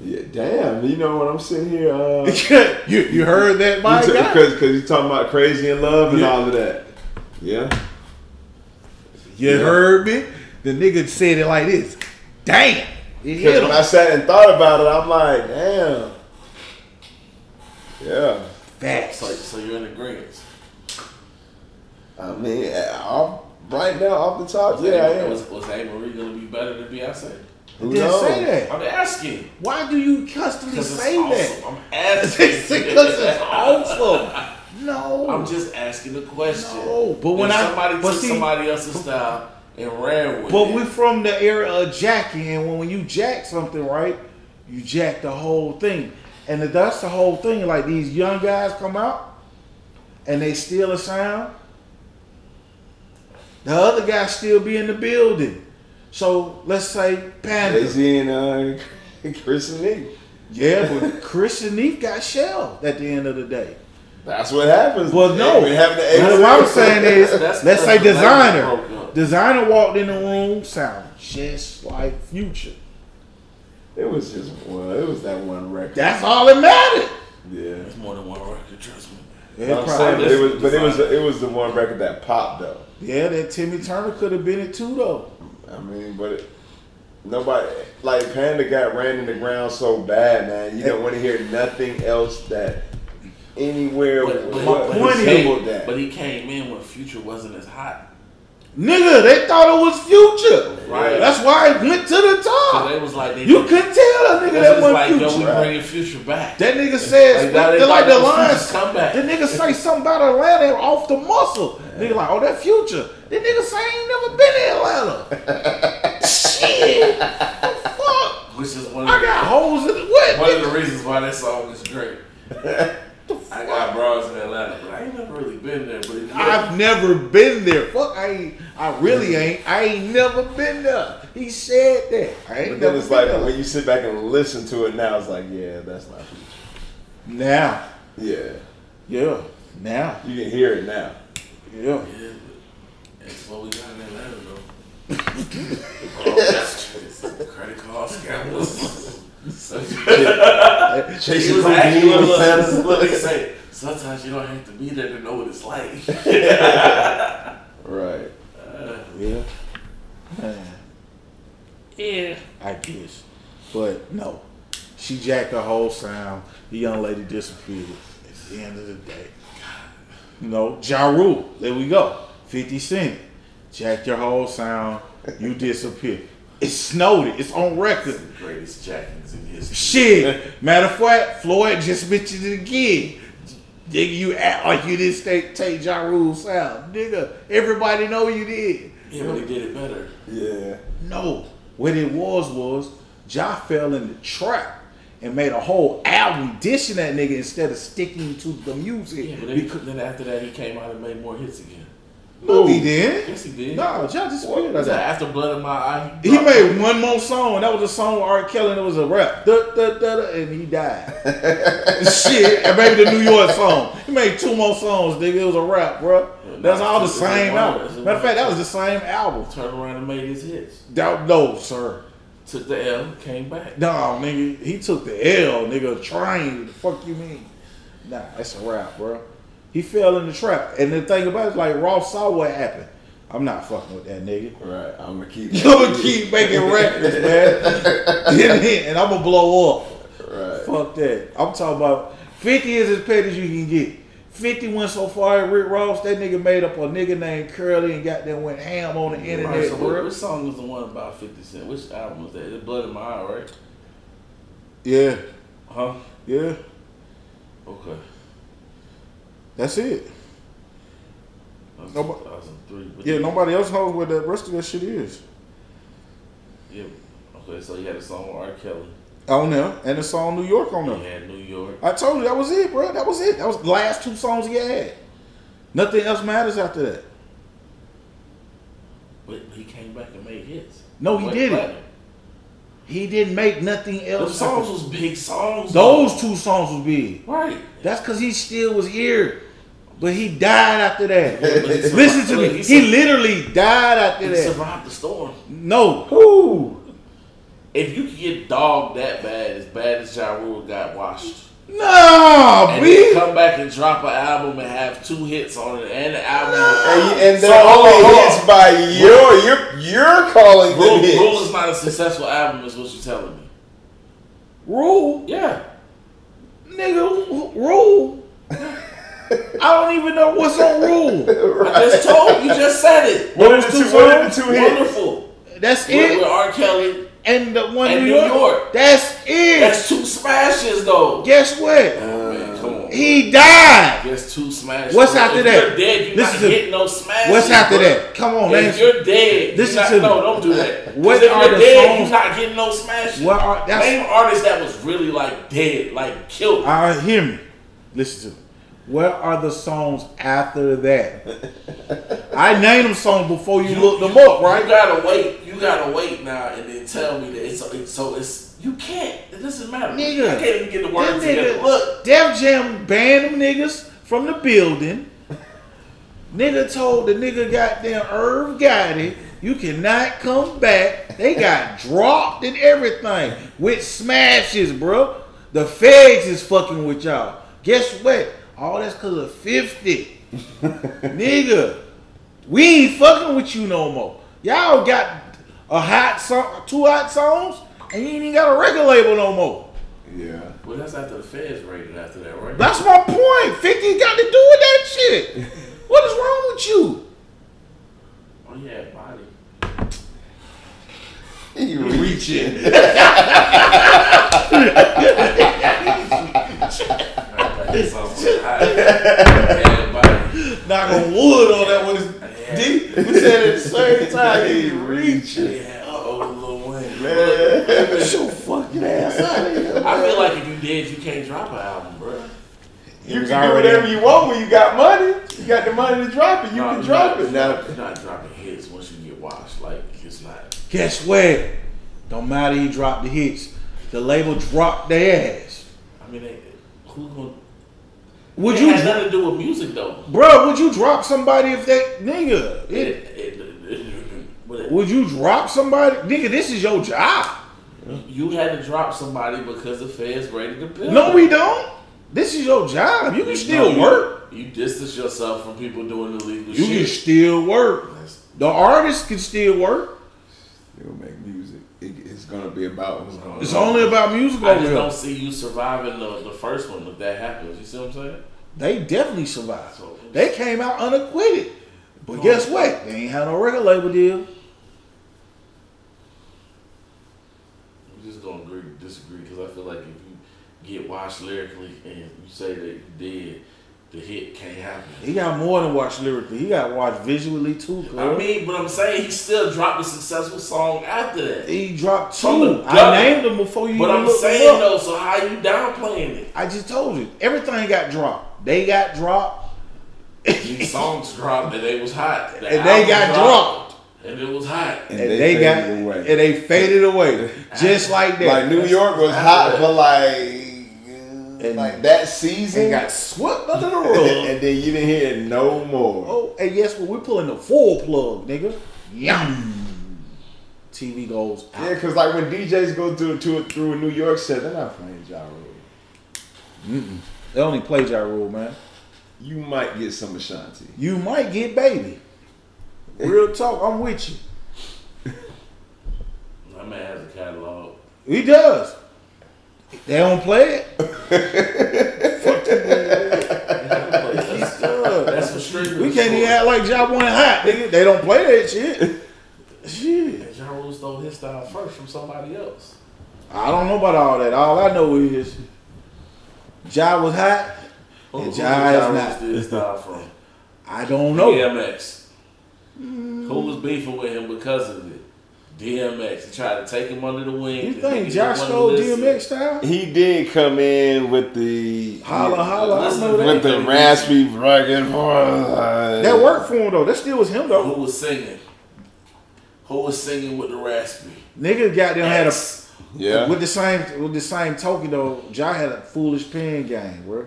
Speaker 5: Yeah, damn. You know when I'm sitting here, uh,
Speaker 4: you, you heard that, Mike?
Speaker 5: because because you talking about crazy in love and
Speaker 4: Yeah.
Speaker 5: all of that. Yeah.
Speaker 4: You heard me? The nigga said it like this. Damn. It hit
Speaker 5: Because when
Speaker 4: him.
Speaker 5: I sat and thought about it, I'm like, damn. Yeah.
Speaker 4: Facts.
Speaker 1: So, so you're in agreement.
Speaker 5: I mean, i right now, off the top, yeah, I am.
Speaker 1: Was, was Anne Marie gonna be better than Beyonce?
Speaker 5: Who
Speaker 4: Didn't
Speaker 5: knows?
Speaker 4: say that.
Speaker 1: I'm asking.
Speaker 4: Why do you constantly
Speaker 1: Because it's
Speaker 4: say
Speaker 1: awesome.
Speaker 4: that?
Speaker 1: I'm
Speaker 4: Because
Speaker 1: asking.
Speaker 4: it's awesome. No.
Speaker 1: I'm just asking the question.
Speaker 4: No, but when
Speaker 1: if
Speaker 4: I-
Speaker 1: somebody
Speaker 4: but
Speaker 1: took
Speaker 4: see-
Speaker 1: somebody else's style and ran with
Speaker 4: But
Speaker 1: it,
Speaker 4: we from the era of jacking, and when, when you jack something, right, you jack the whole thing. And that's the whole thing. Like these young guys come out and they steal a sound. The other guy still be in the building. So let's say Panda.
Speaker 5: Jay Z and uh, Chris and me.
Speaker 4: Yeah, but Chris and Neef got shelled at the end of the day.
Speaker 5: That's what happens.
Speaker 4: Well, no.
Speaker 5: We have the
Speaker 4: But what I'm saying is,
Speaker 1: That's-
Speaker 4: let's say
Speaker 1: that's- that's broke
Speaker 4: designer.
Speaker 1: up.
Speaker 4: Designer walked in the room, sounded just like Future.
Speaker 5: it was just one. It was that one record.
Speaker 4: That's all that mattered.
Speaker 5: yeah.
Speaker 1: it's more than one record. Trust me.
Speaker 4: It
Speaker 5: But I'm
Speaker 4: probably-
Speaker 5: saying, but it was, but it was,
Speaker 1: Design.
Speaker 5: it was the one record that popped though.
Speaker 4: yeah, that Timmy Turner could have been it too, though.
Speaker 5: I mean, but it, nobody like Panda got ran in the ground so bad, man. You don't want to hear nothing else that anywhere
Speaker 1: But, but,
Speaker 5: what-
Speaker 1: but,
Speaker 4: point
Speaker 1: he
Speaker 4: is-
Speaker 5: resembled
Speaker 1: came,
Speaker 5: that.
Speaker 1: but he came in when Future wasn't as hot.
Speaker 4: Nigga, they thought it was Future.
Speaker 1: Right.
Speaker 4: That's why it went to the
Speaker 1: So
Speaker 4: top.
Speaker 1: they was like, they
Speaker 4: Ah, You couldn't tell a nigga
Speaker 1: They
Speaker 4: that
Speaker 1: was
Speaker 4: wasn't
Speaker 1: like, yo, we
Speaker 4: Future.
Speaker 1: bringing Future back.
Speaker 4: That nigga says
Speaker 1: Like, now they
Speaker 4: they're like
Speaker 1: thought
Speaker 4: the
Speaker 1: it was
Speaker 4: lines.
Speaker 1: Future's comeback.
Speaker 4: The nigga say something about Atlanta off the muscle. Nigga like, oh that future. The nigga say I ain't never been in Atlanta. Shit. The fuck?
Speaker 1: Which is one of
Speaker 4: I
Speaker 1: the,
Speaker 4: got holes in the what?
Speaker 1: one of
Speaker 4: nigga?
Speaker 1: the reasons why that song is great. I got bras in Atlanta, but I ain't never really been there. But if you-
Speaker 4: I've never been there. Fuck, I ain't, I really ain't. I ain't never been there. He said that. I ain't
Speaker 5: But then
Speaker 4: never
Speaker 5: it's
Speaker 4: been
Speaker 5: like
Speaker 4: there.
Speaker 5: when you sit back and listen to it now, it's like, yeah, that's not. Future.
Speaker 4: now,
Speaker 5: Yeah,
Speaker 4: yeah, now,
Speaker 5: you can hear it now.
Speaker 4: yeah.
Speaker 1: yeah, but that's what we got in Atlanta, though. Credit card scammers.
Speaker 5: Chasing
Speaker 1: He was
Speaker 5: Houdini
Speaker 1: actually
Speaker 5: with Santa's
Speaker 1: look, look,
Speaker 5: look.
Speaker 1: they say, sometimes you don't have to be there to know what it's like.
Speaker 5: Right.
Speaker 4: Yeah. Man. Yeah. I guess. But no. She jacked the whole sound. The young lady disappeared at the end of the day. No, Ja Rule. There we go. 50 Cent. Jack your whole sound. You disappear. It snowed it. It's on record.
Speaker 1: Greatest jackings in history.
Speaker 4: Shit. Matter of fact, Floyd just mentioned it again. Nigga, you act like you didn't stay, take Ja Rule's sound. Nigga, everybody know you did.
Speaker 1: Yeah, but he did it better.
Speaker 5: Yeah.
Speaker 4: No. What it was was Ja fell in the trap and made a whole album dishing that nigga instead of sticking to the music.
Speaker 1: Yeah, but then, he-
Speaker 4: because
Speaker 1: then after that, he came out and made more hits again.
Speaker 4: no, he didn't.
Speaker 1: Yes, he did.
Speaker 4: No, Ja disappeared.
Speaker 1: He
Speaker 4: like
Speaker 1: said,
Speaker 4: that.
Speaker 1: after Blood in My Eye,
Speaker 4: He made one more song. and That was a song with R. Kelly, and it was a rap. Da, da, da, da, and he died. Shit, and maybe the New York song. He made two more songs, nigga. It was a rap, bro. That's all the same album. Matter of fact, that was the same album.
Speaker 1: turned around and made his hits.
Speaker 4: That, no, sir.
Speaker 1: Took the L, came back.
Speaker 4: No, nigga, he took the L, nigga, trying. The fuck you mean? Nah, that's a wrap, bro. He fell in the trap. And the thing about it, like, Ross saw what happened. I'm not fucking with that nigga.
Speaker 5: Right. I'm gonna keep.
Speaker 4: You gonna keep making records, man. and I'm gonna blow up.
Speaker 5: Right.
Speaker 4: Fuck that. I'm talking about 50 is as petty as you can get. 50 went so far at Rick Ross, that nigga made up a nigga named Curly and got them went ham on the internet,
Speaker 1: Right, so
Speaker 4: bro.
Speaker 1: what, which song was the one about 50 Cent? Which album was that? The Blood in My Eye, right?
Speaker 4: Yeah,
Speaker 1: Huh?
Speaker 4: yeah.
Speaker 1: Okay.
Speaker 4: That's it.
Speaker 1: That was
Speaker 4: Nobo-
Speaker 1: 2003. But
Speaker 4: Yeah,
Speaker 1: then-
Speaker 4: nobody else knows what the rest of that shit is.
Speaker 1: Yeah. Okay, so you had a song with R. Kelly.
Speaker 4: On there, and the song New York on
Speaker 1: You
Speaker 4: there.
Speaker 1: had New York.
Speaker 4: I told you that was it, bro. That was it. That was the last two songs he had. Nothing else matters after that.
Speaker 1: But he came back and made hits.
Speaker 4: No, he
Speaker 1: Went
Speaker 4: didn't.
Speaker 1: platinum.
Speaker 4: He didn't make nothing
Speaker 1: Those
Speaker 4: else.
Speaker 1: songs was big songs.
Speaker 4: Those two songs was big.
Speaker 1: though. Right.
Speaker 4: That's because he still was here, but he died after that.
Speaker 1: But he survived-
Speaker 4: Listen to
Speaker 1: look,
Speaker 4: me.
Speaker 1: He,
Speaker 4: He
Speaker 1: sur-
Speaker 4: literally died after
Speaker 1: he
Speaker 4: that.
Speaker 1: survived the storm.
Speaker 4: No,
Speaker 5: Who?
Speaker 1: If you could get dogged that bad, as bad as Ja Rule got washed,
Speaker 4: no,
Speaker 1: and then
Speaker 4: B.
Speaker 1: come back and drop an album and have two hits on it, and the album.
Speaker 5: And, you- and
Speaker 1: So,
Speaker 5: they're
Speaker 1: hold
Speaker 5: only
Speaker 1: on, hold
Speaker 5: hits by your You're you're calling
Speaker 1: Rule,
Speaker 5: them hits.
Speaker 1: Rule is not a successful album, is what you're telling me.
Speaker 4: Rule,
Speaker 1: Yeah.
Speaker 4: nigga, wh- rule. I don't even know what's on rule.
Speaker 1: I just told you, just said it.
Speaker 5: What are the two- what are the two hits?
Speaker 1: Wonderful.
Speaker 4: That's
Speaker 1: With, with
Speaker 4: it.
Speaker 1: R. Kelly.
Speaker 4: And the one
Speaker 1: And
Speaker 4: New
Speaker 1: New
Speaker 4: York.
Speaker 1: York.
Speaker 4: That's it.
Speaker 1: That's two smashes, though.
Speaker 4: Guess what?
Speaker 1: Man, come on.
Speaker 4: He died.
Speaker 1: That's two smashes.
Speaker 4: What's
Speaker 1: If
Speaker 4: after that?
Speaker 1: You're dead. You're
Speaker 4: This
Speaker 1: not
Speaker 4: is a-
Speaker 1: getting no smashes.
Speaker 4: What's after
Speaker 1: bro.
Speaker 4: that? Come on, man.
Speaker 1: If you're dead,
Speaker 4: Listen
Speaker 1: this not,
Speaker 4: to me.
Speaker 1: no, don't do that. 'Cause
Speaker 4: What
Speaker 1: if
Speaker 4: are
Speaker 1: you're
Speaker 4: the
Speaker 1: dead,
Speaker 4: songs-
Speaker 1: you're not getting no smashes.
Speaker 4: What are- that's-
Speaker 1: Name artists that was really like dead, like killed.
Speaker 4: I hear me. Listen to me. Where are the songs after that? I named them songs before you, looked them up,
Speaker 1: You
Speaker 4: right?
Speaker 1: gotta wait. You gotta wait now, and then tell me that it's, it's so it's you can't. It doesn't matter.
Speaker 4: Nigga.
Speaker 1: I can't even get the
Speaker 4: Them
Speaker 1: words together.
Speaker 4: niggas,
Speaker 1: Look,
Speaker 4: look, Def Jam banned them niggas from the building. nigga told the nigga goddamn Irv Gotti, you cannot come back. They got dropped and everything with smashes, bro. The feds is fucking with y'all. Guess what? All that's cause of 50. nigga, we ain't fucking with you no more. Y'all got a hot song, two hot songs, and you ain't even got a record label no more.
Speaker 5: Yeah.
Speaker 1: well, that's after the feds raided after that, right?
Speaker 4: That's my point. 50 got to do with that shit. What is wrong with you?
Speaker 1: oh yeah, body.
Speaker 5: You reaching.
Speaker 1: I got this off my high. Yeah, body.
Speaker 4: Knock on wood on that one.
Speaker 1: Yeah.
Speaker 5: We said it at the same time. He reaching.
Speaker 1: Yeah, oh Lil Wayne.
Speaker 5: Man, get your fucking ass out of here.
Speaker 1: I feel like if you dead, you can't drop an album, bro.
Speaker 5: You
Speaker 4: was
Speaker 5: can do
Speaker 4: already-
Speaker 5: whatever you want when you got money. You got the money to drop it. You
Speaker 1: Nah,
Speaker 5: can drop
Speaker 1: not,
Speaker 5: it now.
Speaker 1: You're not dropping hits once you get washed. Like it's not.
Speaker 4: Guess what? Don't matter, he dropped the hits. The label dropped their ass.
Speaker 1: I mean, they, who gonna?
Speaker 4: Would
Speaker 1: it
Speaker 4: you,
Speaker 1: Has nothing to do with music though.
Speaker 4: bro, would you drop somebody if that,
Speaker 1: It,
Speaker 4: nigga? it-
Speaker 1: it, but it-
Speaker 4: would you drop somebody? Nigga, this is your job.
Speaker 1: you had to drop somebody because the feds raided the bill.
Speaker 4: No, we don't. This is your job. You can still work.
Speaker 1: You distance yourself from people doing illegal
Speaker 4: You can
Speaker 1: shit.
Speaker 4: still work. The artist can still work.
Speaker 5: You'll make music. It- it's gonna be about what's going
Speaker 4: It's only about music
Speaker 1: I
Speaker 4: over
Speaker 1: just
Speaker 4: here.
Speaker 1: don't see you surviving the, the first one if that happens. You see what I'm saying?
Speaker 4: They definitely survived.
Speaker 1: So-
Speaker 4: They came out unacquitted. But guess what? They ain't had no record label deal.
Speaker 1: I'm just gonna agree to disagree because I feel like if you get washed lyrically and you say that you did, the hit can't happen.
Speaker 4: He got more than watched lyrically. He got watched visually too.
Speaker 1: I
Speaker 4: Cause
Speaker 1: mean, but I'm saying he still dropped a successful song after that.
Speaker 4: he dropped
Speaker 1: From
Speaker 4: two.
Speaker 1: the gut.
Speaker 4: I named them before you.
Speaker 1: But
Speaker 4: even
Speaker 1: I'm
Speaker 4: looked them
Speaker 1: saying
Speaker 4: up.
Speaker 1: though, so how you downplaying it?
Speaker 4: I just told you everything got dropped. They got dropped,
Speaker 1: These songs dropped and they was hot. The
Speaker 4: and they
Speaker 1: album
Speaker 4: got dropped,
Speaker 1: and it was hot.
Speaker 5: And
Speaker 4: and
Speaker 5: they
Speaker 4: they, got
Speaker 5: faded away.
Speaker 4: and they faded away, just like that.
Speaker 5: Like New York was hot for like uh,
Speaker 4: And-
Speaker 5: like that season.
Speaker 4: and got swept under the
Speaker 5: and then-
Speaker 4: rug.
Speaker 5: and then you didn't hear it no more.
Speaker 4: Oh, and guess what? We're pulling the full plug, nigga. Yum. TV goes out.
Speaker 5: Yeah, because like when DJs go through to through a New York set, they're not playing Ja Rule.
Speaker 4: They only play Ja Rule, man.
Speaker 5: You might get some Ashanti.
Speaker 4: You might get baby. Real talk, I'm with you.
Speaker 1: My man has a catalog.
Speaker 4: He does. They don't play it.
Speaker 1: That's,
Speaker 4: Does.
Speaker 1: that's for streamers.
Speaker 4: We can't even act like Ja one hot. nigga. They don't play that shit. Shit.
Speaker 1: Ja Rule stole his style first from somebody else.
Speaker 4: I don't know about all that. All I know is Ja was hot. And Ja is
Speaker 1: Rule
Speaker 4: not.
Speaker 1: steal his style from?
Speaker 4: I don't know.
Speaker 1: DMX. Who was beefing with him because of it? DMX. He tried to take him under the wing.
Speaker 4: You
Speaker 1: The
Speaker 4: think
Speaker 1: nigga
Speaker 4: Ja
Speaker 1: didn't wanna
Speaker 4: stole
Speaker 1: listen.
Speaker 4: DMX style?
Speaker 5: He did come in with the
Speaker 4: Holla, holla. I
Speaker 1: Listen,
Speaker 4: know
Speaker 5: with
Speaker 4: that.
Speaker 5: the raspy rugged voice.
Speaker 4: That worked for him though. That still was him though.
Speaker 1: Who was singing? Who was singing with the raspy?
Speaker 4: Nigga goddamn had a
Speaker 1: X.
Speaker 5: Yeah.
Speaker 4: With the same with the same token though, Ja had a foolish pen game, bro.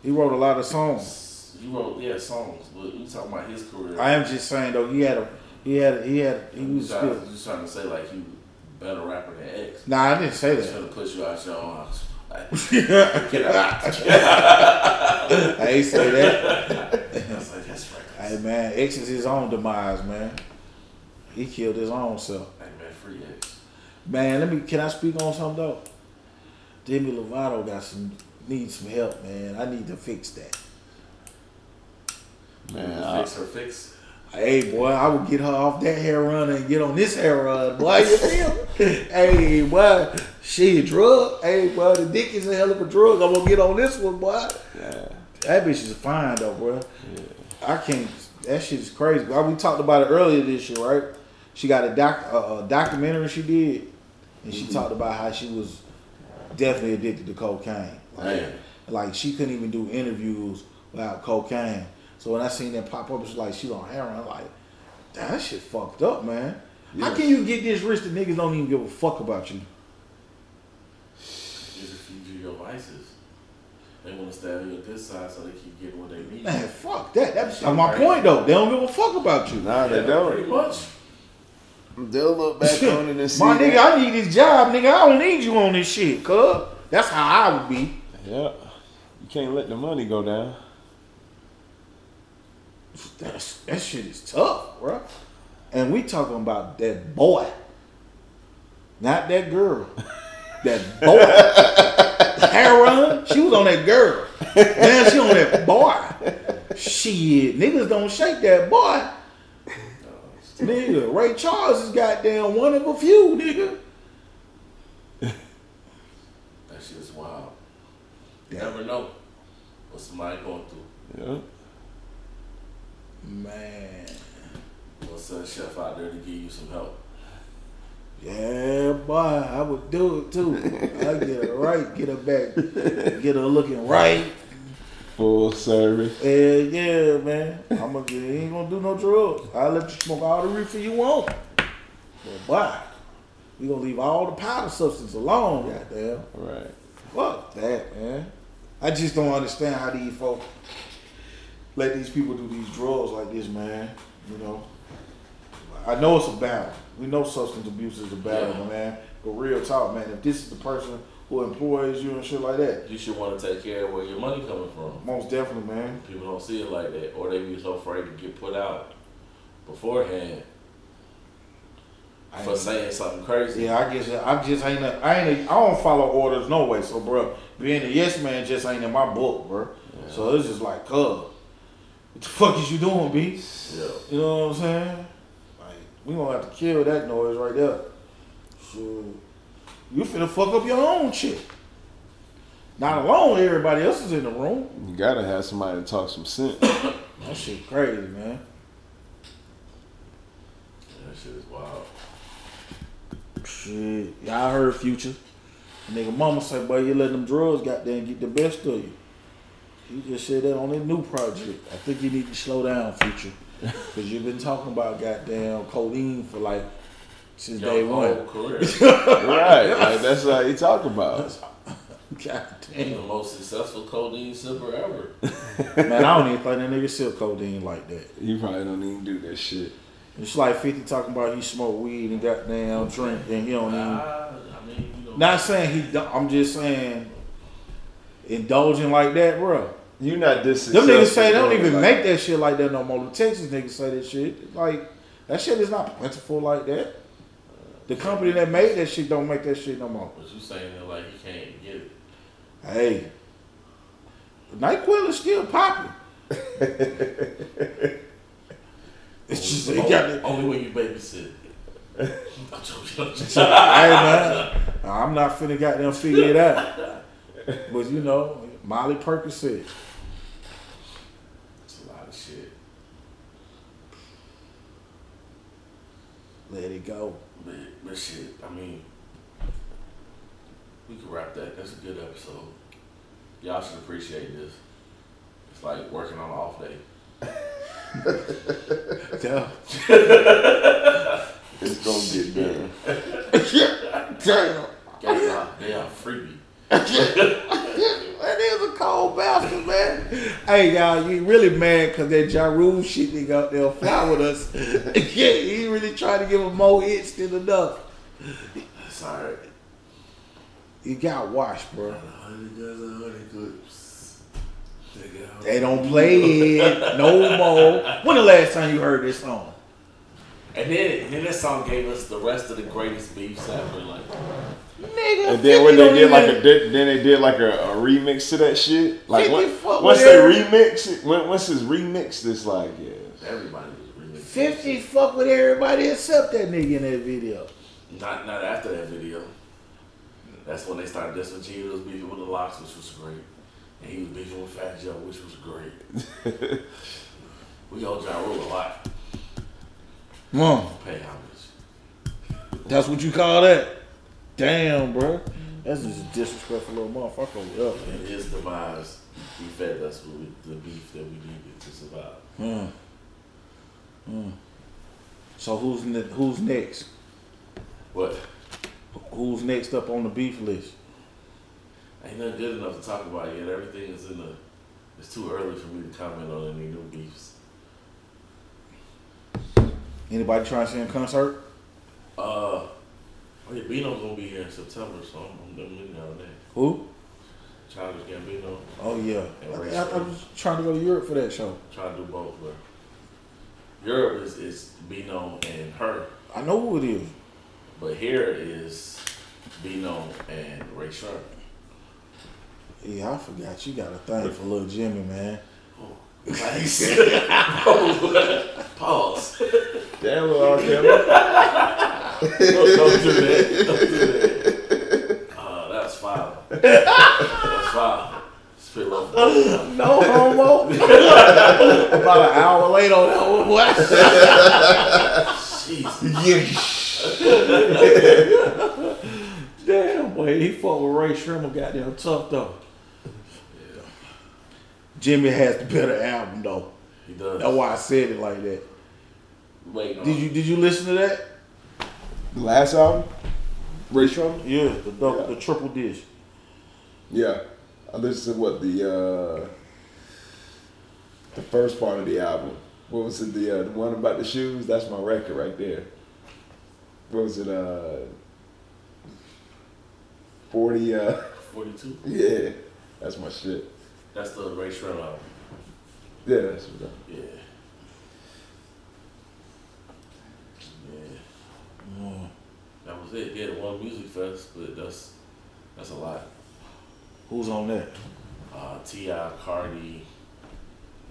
Speaker 4: He wrote a lot of songs.
Speaker 1: You wrote yeah songs, but we talking about his career.
Speaker 4: I am just saying though, he had a he had a, he had a, he
Speaker 1: you
Speaker 4: was
Speaker 1: trying,
Speaker 4: good.
Speaker 1: you trying to say like he was a better rapper than X?
Speaker 4: Nah, I didn't say
Speaker 1: Just
Speaker 4: that.
Speaker 1: gonna push you out your arms. Like,
Speaker 4: I
Speaker 1: get out.
Speaker 4: ain't say that.
Speaker 1: I was like, that's right.
Speaker 4: Hey man, X is his own demise, man. He killed his own self.
Speaker 1: Hey man, free X.
Speaker 4: Man, let me. Can I speak on something though? Demi Lovato got some needs some help, man. I need to fix that.
Speaker 1: Man,
Speaker 4: Uh,
Speaker 1: fix her fix.
Speaker 4: Hey boy, I would get her off that hair run and get on this hair run, boy. You feel? me? hey boy, she a drug. Hey boy, the dick is a hell of a drug. I'm gonna get on this one, boy. That bitch is fine though, bro. I can't. That shit is crazy. Why we talked about it earlier this year, right? She got a doc a, a documentary she did, and she talked about how she was definitely addicted to cocaine. Like,
Speaker 1: Man.
Speaker 4: like she couldn't even do interviews without cocaine. So when I seen that pop up, it's like she on heroin. I'm like, "Damn, that shit fucked up, man. How can you get this rich that niggas don't even give a fuck about you?
Speaker 1: Just refuse your vices. They want to stab you at this side, so they keep getting what they need.
Speaker 4: Man, fuck that. That's my point though. They don't give a fuck about you.
Speaker 5: Nah, they
Speaker 1: Yeah, Pretty
Speaker 5: don't.
Speaker 1: much.
Speaker 5: They'll look back on it and see.
Speaker 4: My nigga,
Speaker 5: that.
Speaker 4: I need this job, nigga. I don't need you on this shit, cuz. That's how I would be.
Speaker 5: Yeah. You can't let the money go down.
Speaker 4: That's, that shit is tough, bro. And we talking about that boy, not that girl. That boy, Heron. She was on that girl. Now she on that boy. Shit, niggas don't shake that boy. Nigga, Ray Charles is goddamn one of a few, nigga.
Speaker 1: That shit is wild. You
Speaker 4: Yeah.
Speaker 1: never know what somebody going through.
Speaker 5: Yeah.
Speaker 4: Man,
Speaker 1: We'll send Chef out there to give you some help.
Speaker 4: yeah, boy, I would do it too. I get her right, get her back, get her looking right.
Speaker 5: Full service.
Speaker 4: Hell yeah, man. I'm gonna get, ain't gonna do no drugs. I'll let you smoke all the reefer you want. But why? We gonna leave all the powder substance alone, goddamn.
Speaker 5: Right.
Speaker 4: Fuck that, man. I just don't understand how these folks let these people do these drugs like this, man. You know, I know it's a battle. We know substance abuse is a battle,
Speaker 1: Yeah.
Speaker 4: man. But real talk, man, if this is the person who employs you and shit like that,
Speaker 1: You should want to take care of where your money coming from.
Speaker 4: most definitely, man.
Speaker 1: People don't see it like that, or they be so afraid to get put out beforehand
Speaker 4: I
Speaker 1: for
Speaker 4: ain't-
Speaker 1: saying something crazy.
Speaker 4: Yeah, I guess I just ain't a, I ain't a, I don't follow orders no way. So, bro, being a yes man just ain't in my book, bro. So it's just like, cuz, what the fuck is you doing, B?
Speaker 1: Yeah.
Speaker 4: You know what I'm saying? Like, we gonna have to kill that noise right there. So, you finna fuck up your own shit. Not alone, everybody else is in the room.
Speaker 5: You gotta have somebody to talk some sense.
Speaker 4: That shit crazy, man.
Speaker 1: That shit is wild.
Speaker 4: Shit, y'all heard Future. Nigga, mama said, "Boy, you let them drugs goddamn get the best of you." He just said that on his new project. I think you need to slow down, Future, because you've been talking about goddamn codeine for like since
Speaker 1: Your
Speaker 4: day
Speaker 1: whole
Speaker 4: one.
Speaker 1: career.
Speaker 5: right. Like that's how you talk about.
Speaker 1: He's the
Speaker 4: Goddamn,
Speaker 1: most successful codeine sipper ever.
Speaker 4: Mm-hmm. man, I don't even think that nigga sell codeine like that.
Speaker 5: You probably don't even do that shit.
Speaker 4: It's like Fifty talking about he smoke weed and goddamn drink, and he don't even.
Speaker 1: Ah, I mean, you know,
Speaker 4: Not saying he. don't- I'm just saying indulging like that, bro.
Speaker 5: You not this
Speaker 4: Them
Speaker 5: successful
Speaker 4: niggas say they don't
Speaker 5: doing it
Speaker 4: even
Speaker 5: like-
Speaker 4: make that shit like that no more. The Texas niggas say that shit. Like, that shit is not plentiful like that. The company that made that shit don't make that shit no more.
Speaker 1: but you saying that like he can't get it.
Speaker 4: Hey. NyQuil is still popping. it's just, it got me.
Speaker 1: only when you babysit. I'm joking, I'm joking.
Speaker 4: Hey, man. I'm not finna goddamn figure it out. But, you know, Molly Percocet.
Speaker 1: It's a lot of shit.
Speaker 4: Let it go.
Speaker 1: But, but shit, I mean, we can wrap that. That's a good episode. Y'all should appreciate this. It's like working on an off day.
Speaker 4: Yeah.
Speaker 5: It's gonna get better.
Speaker 4: Damn.
Speaker 1: Guys, y'all- they are freebie.
Speaker 4: That is a cold bastard, man. Hey, y'all, you really mad because that Ja Rule shit nigga up there fly with us. yeah, he really tried to give him more hits than enough.
Speaker 1: It's alright.
Speaker 4: He got washed, bro.
Speaker 1: Honey does a honey clips. They got
Speaker 4: They don't play it no more. When the last time you heard this song?
Speaker 1: And then, then that song gave us the rest of the greatest beefs ever. Like,
Speaker 3: Nigga.
Speaker 5: And then when
Speaker 3: 50
Speaker 5: they
Speaker 3: don't
Speaker 5: did like
Speaker 3: even-
Speaker 5: a di- then they did like a, a remix to that shit. Like
Speaker 3: 50
Speaker 5: on-
Speaker 3: fuck
Speaker 5: once
Speaker 3: with
Speaker 5: they
Speaker 3: Eric.
Speaker 5: remix it, when, once it's remixed, it's like yeah.
Speaker 1: everybody was remixing.
Speaker 3: 50 fuck with everybody except that nigga in that video.
Speaker 1: Not not after that video. That's when they started. That's when Gene was beefing with the Locks, which was great, and he was beefing with Fat Joe, which was great. we go Ja Rule a lot.
Speaker 4: Mom,
Speaker 1: Pay homage.
Speaker 4: that's what you call that?
Speaker 3: Damn, bro. That's just a disrespectful little motherfucker over there.
Speaker 1: And his demise, he fed us with the beef that we needed to survive.
Speaker 4: So who's ne- who's next?
Speaker 1: What?
Speaker 4: Who's next up on the beef list?
Speaker 1: Ain't nothing good enough to talk about yet. Everything is in the. It's too early for me to comment on any new beefs.
Speaker 4: Anybody trying to see a concert?
Speaker 1: Uh, yeah, Bino's gonna be here in September, so I'm, I'm meeting out there.
Speaker 4: Who?
Speaker 1: Childish Gambino,
Speaker 4: Oh yeah,
Speaker 1: And
Speaker 4: I,
Speaker 1: Ray
Speaker 4: I, I was trying to go to Europe for that show.
Speaker 1: try to do both, but Europe is is Bino and her,
Speaker 4: I know who it is.
Speaker 1: but here is Bino and Ray Sharp.
Speaker 4: Yeah, I forgot you got a thing for little Jimmy, man.
Speaker 1: Nice. Pause.
Speaker 5: Damn, Lil R. Kelly.
Speaker 1: Don't, don't do that. Don't do that. Uh, that was foul. That was foul. It's pretty rough.
Speaker 4: No homo. About an hour later on that one. What?
Speaker 1: Jesus.
Speaker 4: Damn, boy, he fought with Ray Sherman. Goddamn tough though. Jimmy has the better album though.
Speaker 1: He
Speaker 4: That's
Speaker 1: does.
Speaker 4: why I said it like that.
Speaker 1: Wait, no.
Speaker 4: Did you did you listen to that?
Speaker 5: The last album, Ray Sherman.
Speaker 4: Yeah, the double,
Speaker 5: Yeah.
Speaker 4: the triple dish.
Speaker 5: Yeah, I listened to what the uh the first part of the album. What was it? The uh, the one about the shoes. That's my record right there. What was it? Uh, forty. Uh,
Speaker 1: 42?
Speaker 5: yeah, that's my shit.
Speaker 1: That's the Ray Shrem album.
Speaker 5: Yeah, that's what I-
Speaker 1: Yeah. Yeah. That was it. Yeah, one music fest, but that's that's a lot.
Speaker 4: Who's on that?
Speaker 1: Uh, Ti, Cardi,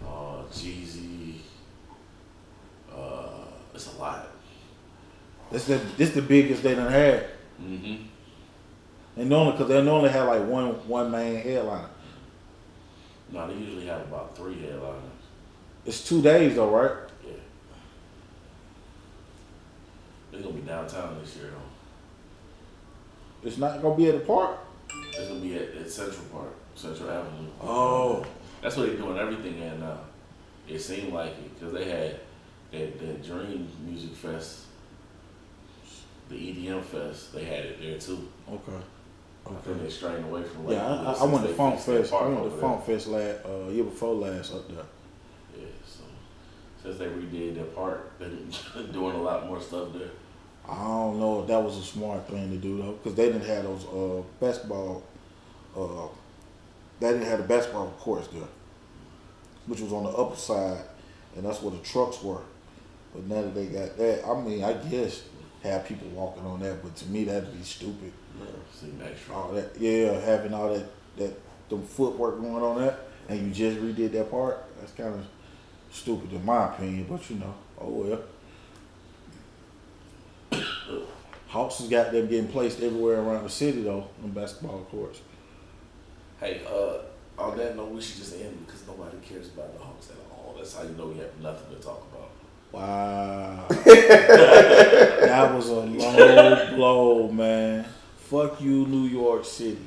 Speaker 1: uh, Jeezy. Uh, it's a lot.
Speaker 4: That's the this the biggest they done had.
Speaker 1: Mm-hmm.
Speaker 4: And normally, because they normally had like one one main headliner.
Speaker 1: No, they usually have about three headliners.
Speaker 4: It's two days though, right?
Speaker 1: Yeah. They're gonna be downtown this year though.
Speaker 4: It's not gonna be at the park.
Speaker 1: It's gonna be at, at Central Park, Central Avenue.
Speaker 4: Oh,
Speaker 1: That's what they're doing everything at now. It seemed like it because they had that, that Dream Music Fest, the EDM Fest. They had it there too.
Speaker 4: okay.
Speaker 1: I think they strayed away from like.
Speaker 4: Yeah, I, I, I
Speaker 1: since
Speaker 4: went to
Speaker 1: they
Speaker 4: Funk
Speaker 1: fixed that
Speaker 4: Fest. I
Speaker 1: park
Speaker 4: went to
Speaker 1: over there.
Speaker 4: Funk Fest last uh, year before last up there.
Speaker 1: Yeah, so since they redid their park, they're doing a lot more stuff there.
Speaker 4: I don't know if that was a smart thing to do though, because they didn't have those uh, basketball. Uh, they didn't have the basketball courts there, which was on the upper side, and that's where the trucks were. But now that they got that, I mean, I guess have people walking on that, but to me that'd be stupid.
Speaker 1: Yeah, seemed extra.
Speaker 4: All that, yeah, having all that that the footwork going on that, and you just redid that part. That's kind of stupid in my opinion, but you know, oh well. Hawks has got them getting placed everywhere around the city though on basketball courts.
Speaker 1: Hey, uh, on that note, we should just end because nobody cares about the Hawks at all. That's how you know we have nothing to talk about.
Speaker 4: Wow, that was a low blow, man. Fuck you, New York City.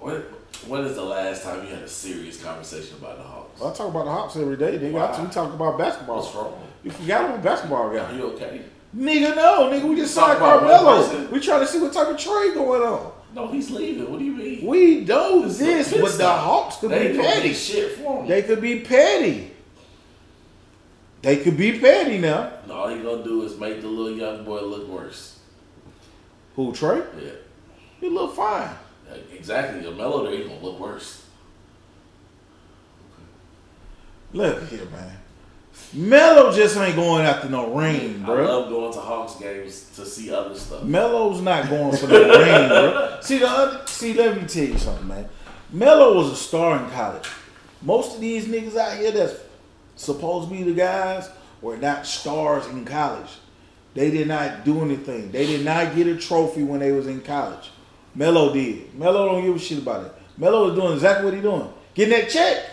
Speaker 1: When, when is the last time you had a serious conversation about the Hawks?
Speaker 4: I talk about the Hawks every day. They
Speaker 1: Wow.
Speaker 4: got we talk about
Speaker 1: What's
Speaker 4: basketball.
Speaker 1: wrong?
Speaker 4: You forgot I'm a basketball guy.
Speaker 1: Are you okay?
Speaker 4: Nigga, no, nigga, we just
Speaker 1: Talk
Speaker 4: signed
Speaker 1: about one
Speaker 4: Carmelo.
Speaker 1: person.
Speaker 4: We trying to see what type of trade going on.
Speaker 1: No, he's leaving. What do you mean?
Speaker 4: We know this,
Speaker 1: pit
Speaker 4: but the
Speaker 1: stop.
Speaker 4: Hawks could
Speaker 1: They
Speaker 4: be
Speaker 1: ain't gonna
Speaker 4: petty.
Speaker 1: do shit for him.
Speaker 4: They could be petty. They could be petty now.
Speaker 1: no, all he gonna do is make the little young boy look worse.
Speaker 4: Who Trey?
Speaker 1: Yeah, e-,
Speaker 4: He look fine.
Speaker 1: exactly. The Melo there, he gonna look worse.
Speaker 4: Look here, man. Melo just ain't going after no ring,
Speaker 1: I
Speaker 4: bro.
Speaker 1: love going to Hawks games to see other stuff.
Speaker 4: Melo's not going for no ring, bro. See the other, see, let me tell you something, man. Melo was a star in college. Most of these niggas out here that's supposed to be the guys were not stars in college. They did not do anything. They did not get a trophy when they was in college. Melo did. Melo don't give a shit about it. Melo is doing exactly what he doing. Getting that check.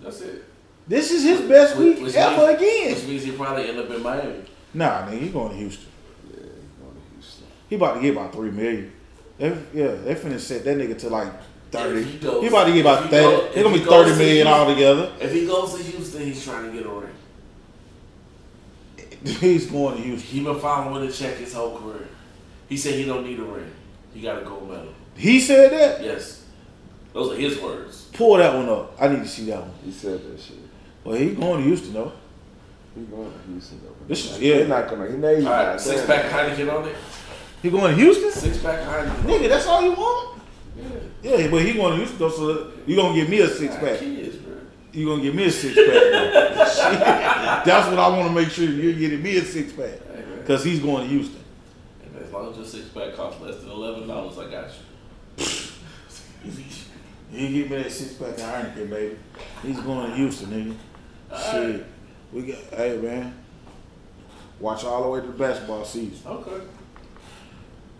Speaker 1: That's it.
Speaker 4: This is his best
Speaker 1: Which-
Speaker 4: week
Speaker 1: which
Speaker 4: ever
Speaker 1: means-
Speaker 4: again.
Speaker 1: Which means he probably end up in Miami.
Speaker 4: Nah, nigga, he going to Houston.
Speaker 5: Yeah, he's going to Houston.
Speaker 4: He about to get about three million. They, yeah, they finna set that nigga to like thirty.
Speaker 1: If
Speaker 4: He,
Speaker 1: he goes-
Speaker 4: about to get
Speaker 1: if
Speaker 4: about
Speaker 1: he
Speaker 4: thirty.
Speaker 1: go-
Speaker 4: It's
Speaker 1: if
Speaker 4: gonna be
Speaker 1: he goes
Speaker 4: thirty
Speaker 1: to
Speaker 4: million
Speaker 1: Houston-
Speaker 4: altogether.
Speaker 1: If he goes to Houston, he's trying to get a ring.
Speaker 4: He's going to Houston.
Speaker 1: He been following with a check his whole career. He said he don't need a ring. He got a gold medal.
Speaker 4: He said that.
Speaker 1: Yes, those are his words.
Speaker 4: Pull that one up. I need to see that one.
Speaker 5: He said that shit.
Speaker 4: Well, he going to Houston though.
Speaker 5: He going to Houston though.
Speaker 4: This is-
Speaker 5: Like,
Speaker 4: yeah.
Speaker 5: They're not gonna. He they
Speaker 1: All right,
Speaker 5: not
Speaker 1: six
Speaker 5: saying
Speaker 1: pack Heineken on it.
Speaker 4: He going to Houston.
Speaker 1: Six pack Heineken.
Speaker 4: Nigga, that's all you want.
Speaker 1: yeah.
Speaker 4: Yeah, but he going to Houston though. So you gonna give me a six
Speaker 1: Got
Speaker 4: pack.
Speaker 1: Kids, bro.
Speaker 4: You gonna give me a six pack. though. Shit. that's what I want to make sure you're getting me a six pack
Speaker 1: Hey, man.
Speaker 4: because he's going to Houston.
Speaker 1: And as long as your six pack costs less than eleven dollars, I got you.
Speaker 4: He give me that six pack of Heineken, baby. He's going to Houston, nigga. Shit, we got. Hey, man, watch all the way to the basketball season.
Speaker 1: okay.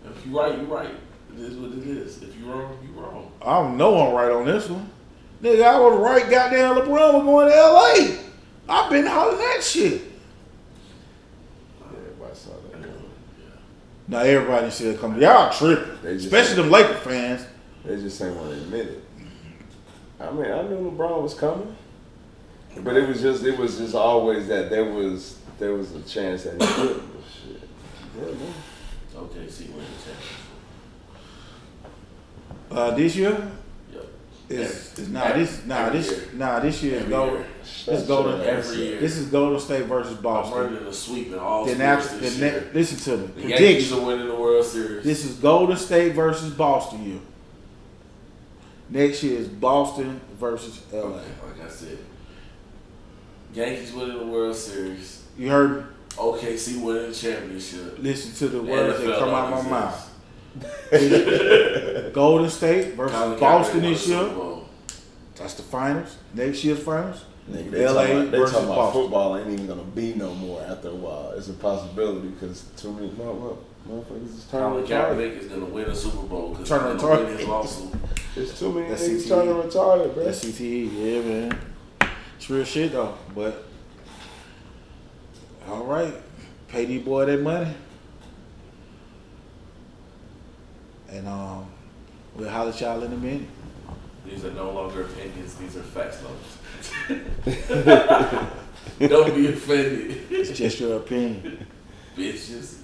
Speaker 1: If you right, you right. It is what it is. If you wrong, you wrong.
Speaker 4: I don't know I'm right on this one, nigga. I was right. Goddamn, LeBron was going to L.A. I've been hollering that shit.
Speaker 5: Yeah, everybody saw that.
Speaker 1: Yeah.
Speaker 4: Now everybody said, "Come, y'all tripping,"
Speaker 5: They just-
Speaker 4: especially them Laker fans.
Speaker 5: They just ain't want to admit it. I mean, I knew LeBron was coming, but it was just it was just always that there was there was a chance that he could. Shit. Yeah, man.
Speaker 1: Okay, see where the championship.
Speaker 4: Uh, this year,
Speaker 1: Yep.
Speaker 4: it's, it's nah, this nah,
Speaker 1: Every
Speaker 4: this
Speaker 1: year.
Speaker 4: nah, this year is
Speaker 1: Every
Speaker 4: Golden.
Speaker 1: year.
Speaker 4: It's Golden
Speaker 1: Every year.
Speaker 4: This is Golden State versus
Speaker 1: I'm
Speaker 4: Boston.
Speaker 1: running a sweep in all
Speaker 4: Then
Speaker 1: sports
Speaker 4: after,
Speaker 1: this
Speaker 4: the ne-
Speaker 1: year.
Speaker 4: listen to me.
Speaker 1: The Yankees
Speaker 4: Prediction.
Speaker 1: are winning the World Series.
Speaker 4: This is Golden State versus Boston year. Next year is Boston versus LA.
Speaker 1: okay, like I said, Yankees winning the World Series.
Speaker 4: You heard me?
Speaker 1: OKC winning the championship.
Speaker 4: Listen to the words
Speaker 1: NFL
Speaker 4: that come out of my
Speaker 1: don't
Speaker 4: mouth. Golden State versus
Speaker 1: Colin Kaepernick
Speaker 4: Boston
Speaker 1: won the
Speaker 4: this
Speaker 1: Super
Speaker 4: year.
Speaker 1: Bowl.
Speaker 4: That's the finals. Next year's finals.
Speaker 5: Nigga,
Speaker 4: LA
Speaker 5: talking about, they
Speaker 4: versus
Speaker 5: talking about
Speaker 4: Boston.
Speaker 5: football ain't even gonna be no more after a while. It's a possibility because too many motherfuckers motherfuckers is turning
Speaker 1: Colin
Speaker 5: retarded.
Speaker 1: Kaepernick is going to win a Super Bowl because
Speaker 4: Turn
Speaker 1: he's
Speaker 4: retarded.
Speaker 1: going to win his lawsuit.
Speaker 5: It's too many
Speaker 4: That's
Speaker 5: niggas
Speaker 4: CTE.
Speaker 5: turning retarded, bro.
Speaker 4: That's CTE. E, Yeah, man. It's real shit though. But all right, pay these boy that money, and um, we'll holler at y'all in a minute.
Speaker 1: These are no longer opinions. These are facts, lovers. Don't be offended,
Speaker 4: It's just your opinion.
Speaker 1: bitches.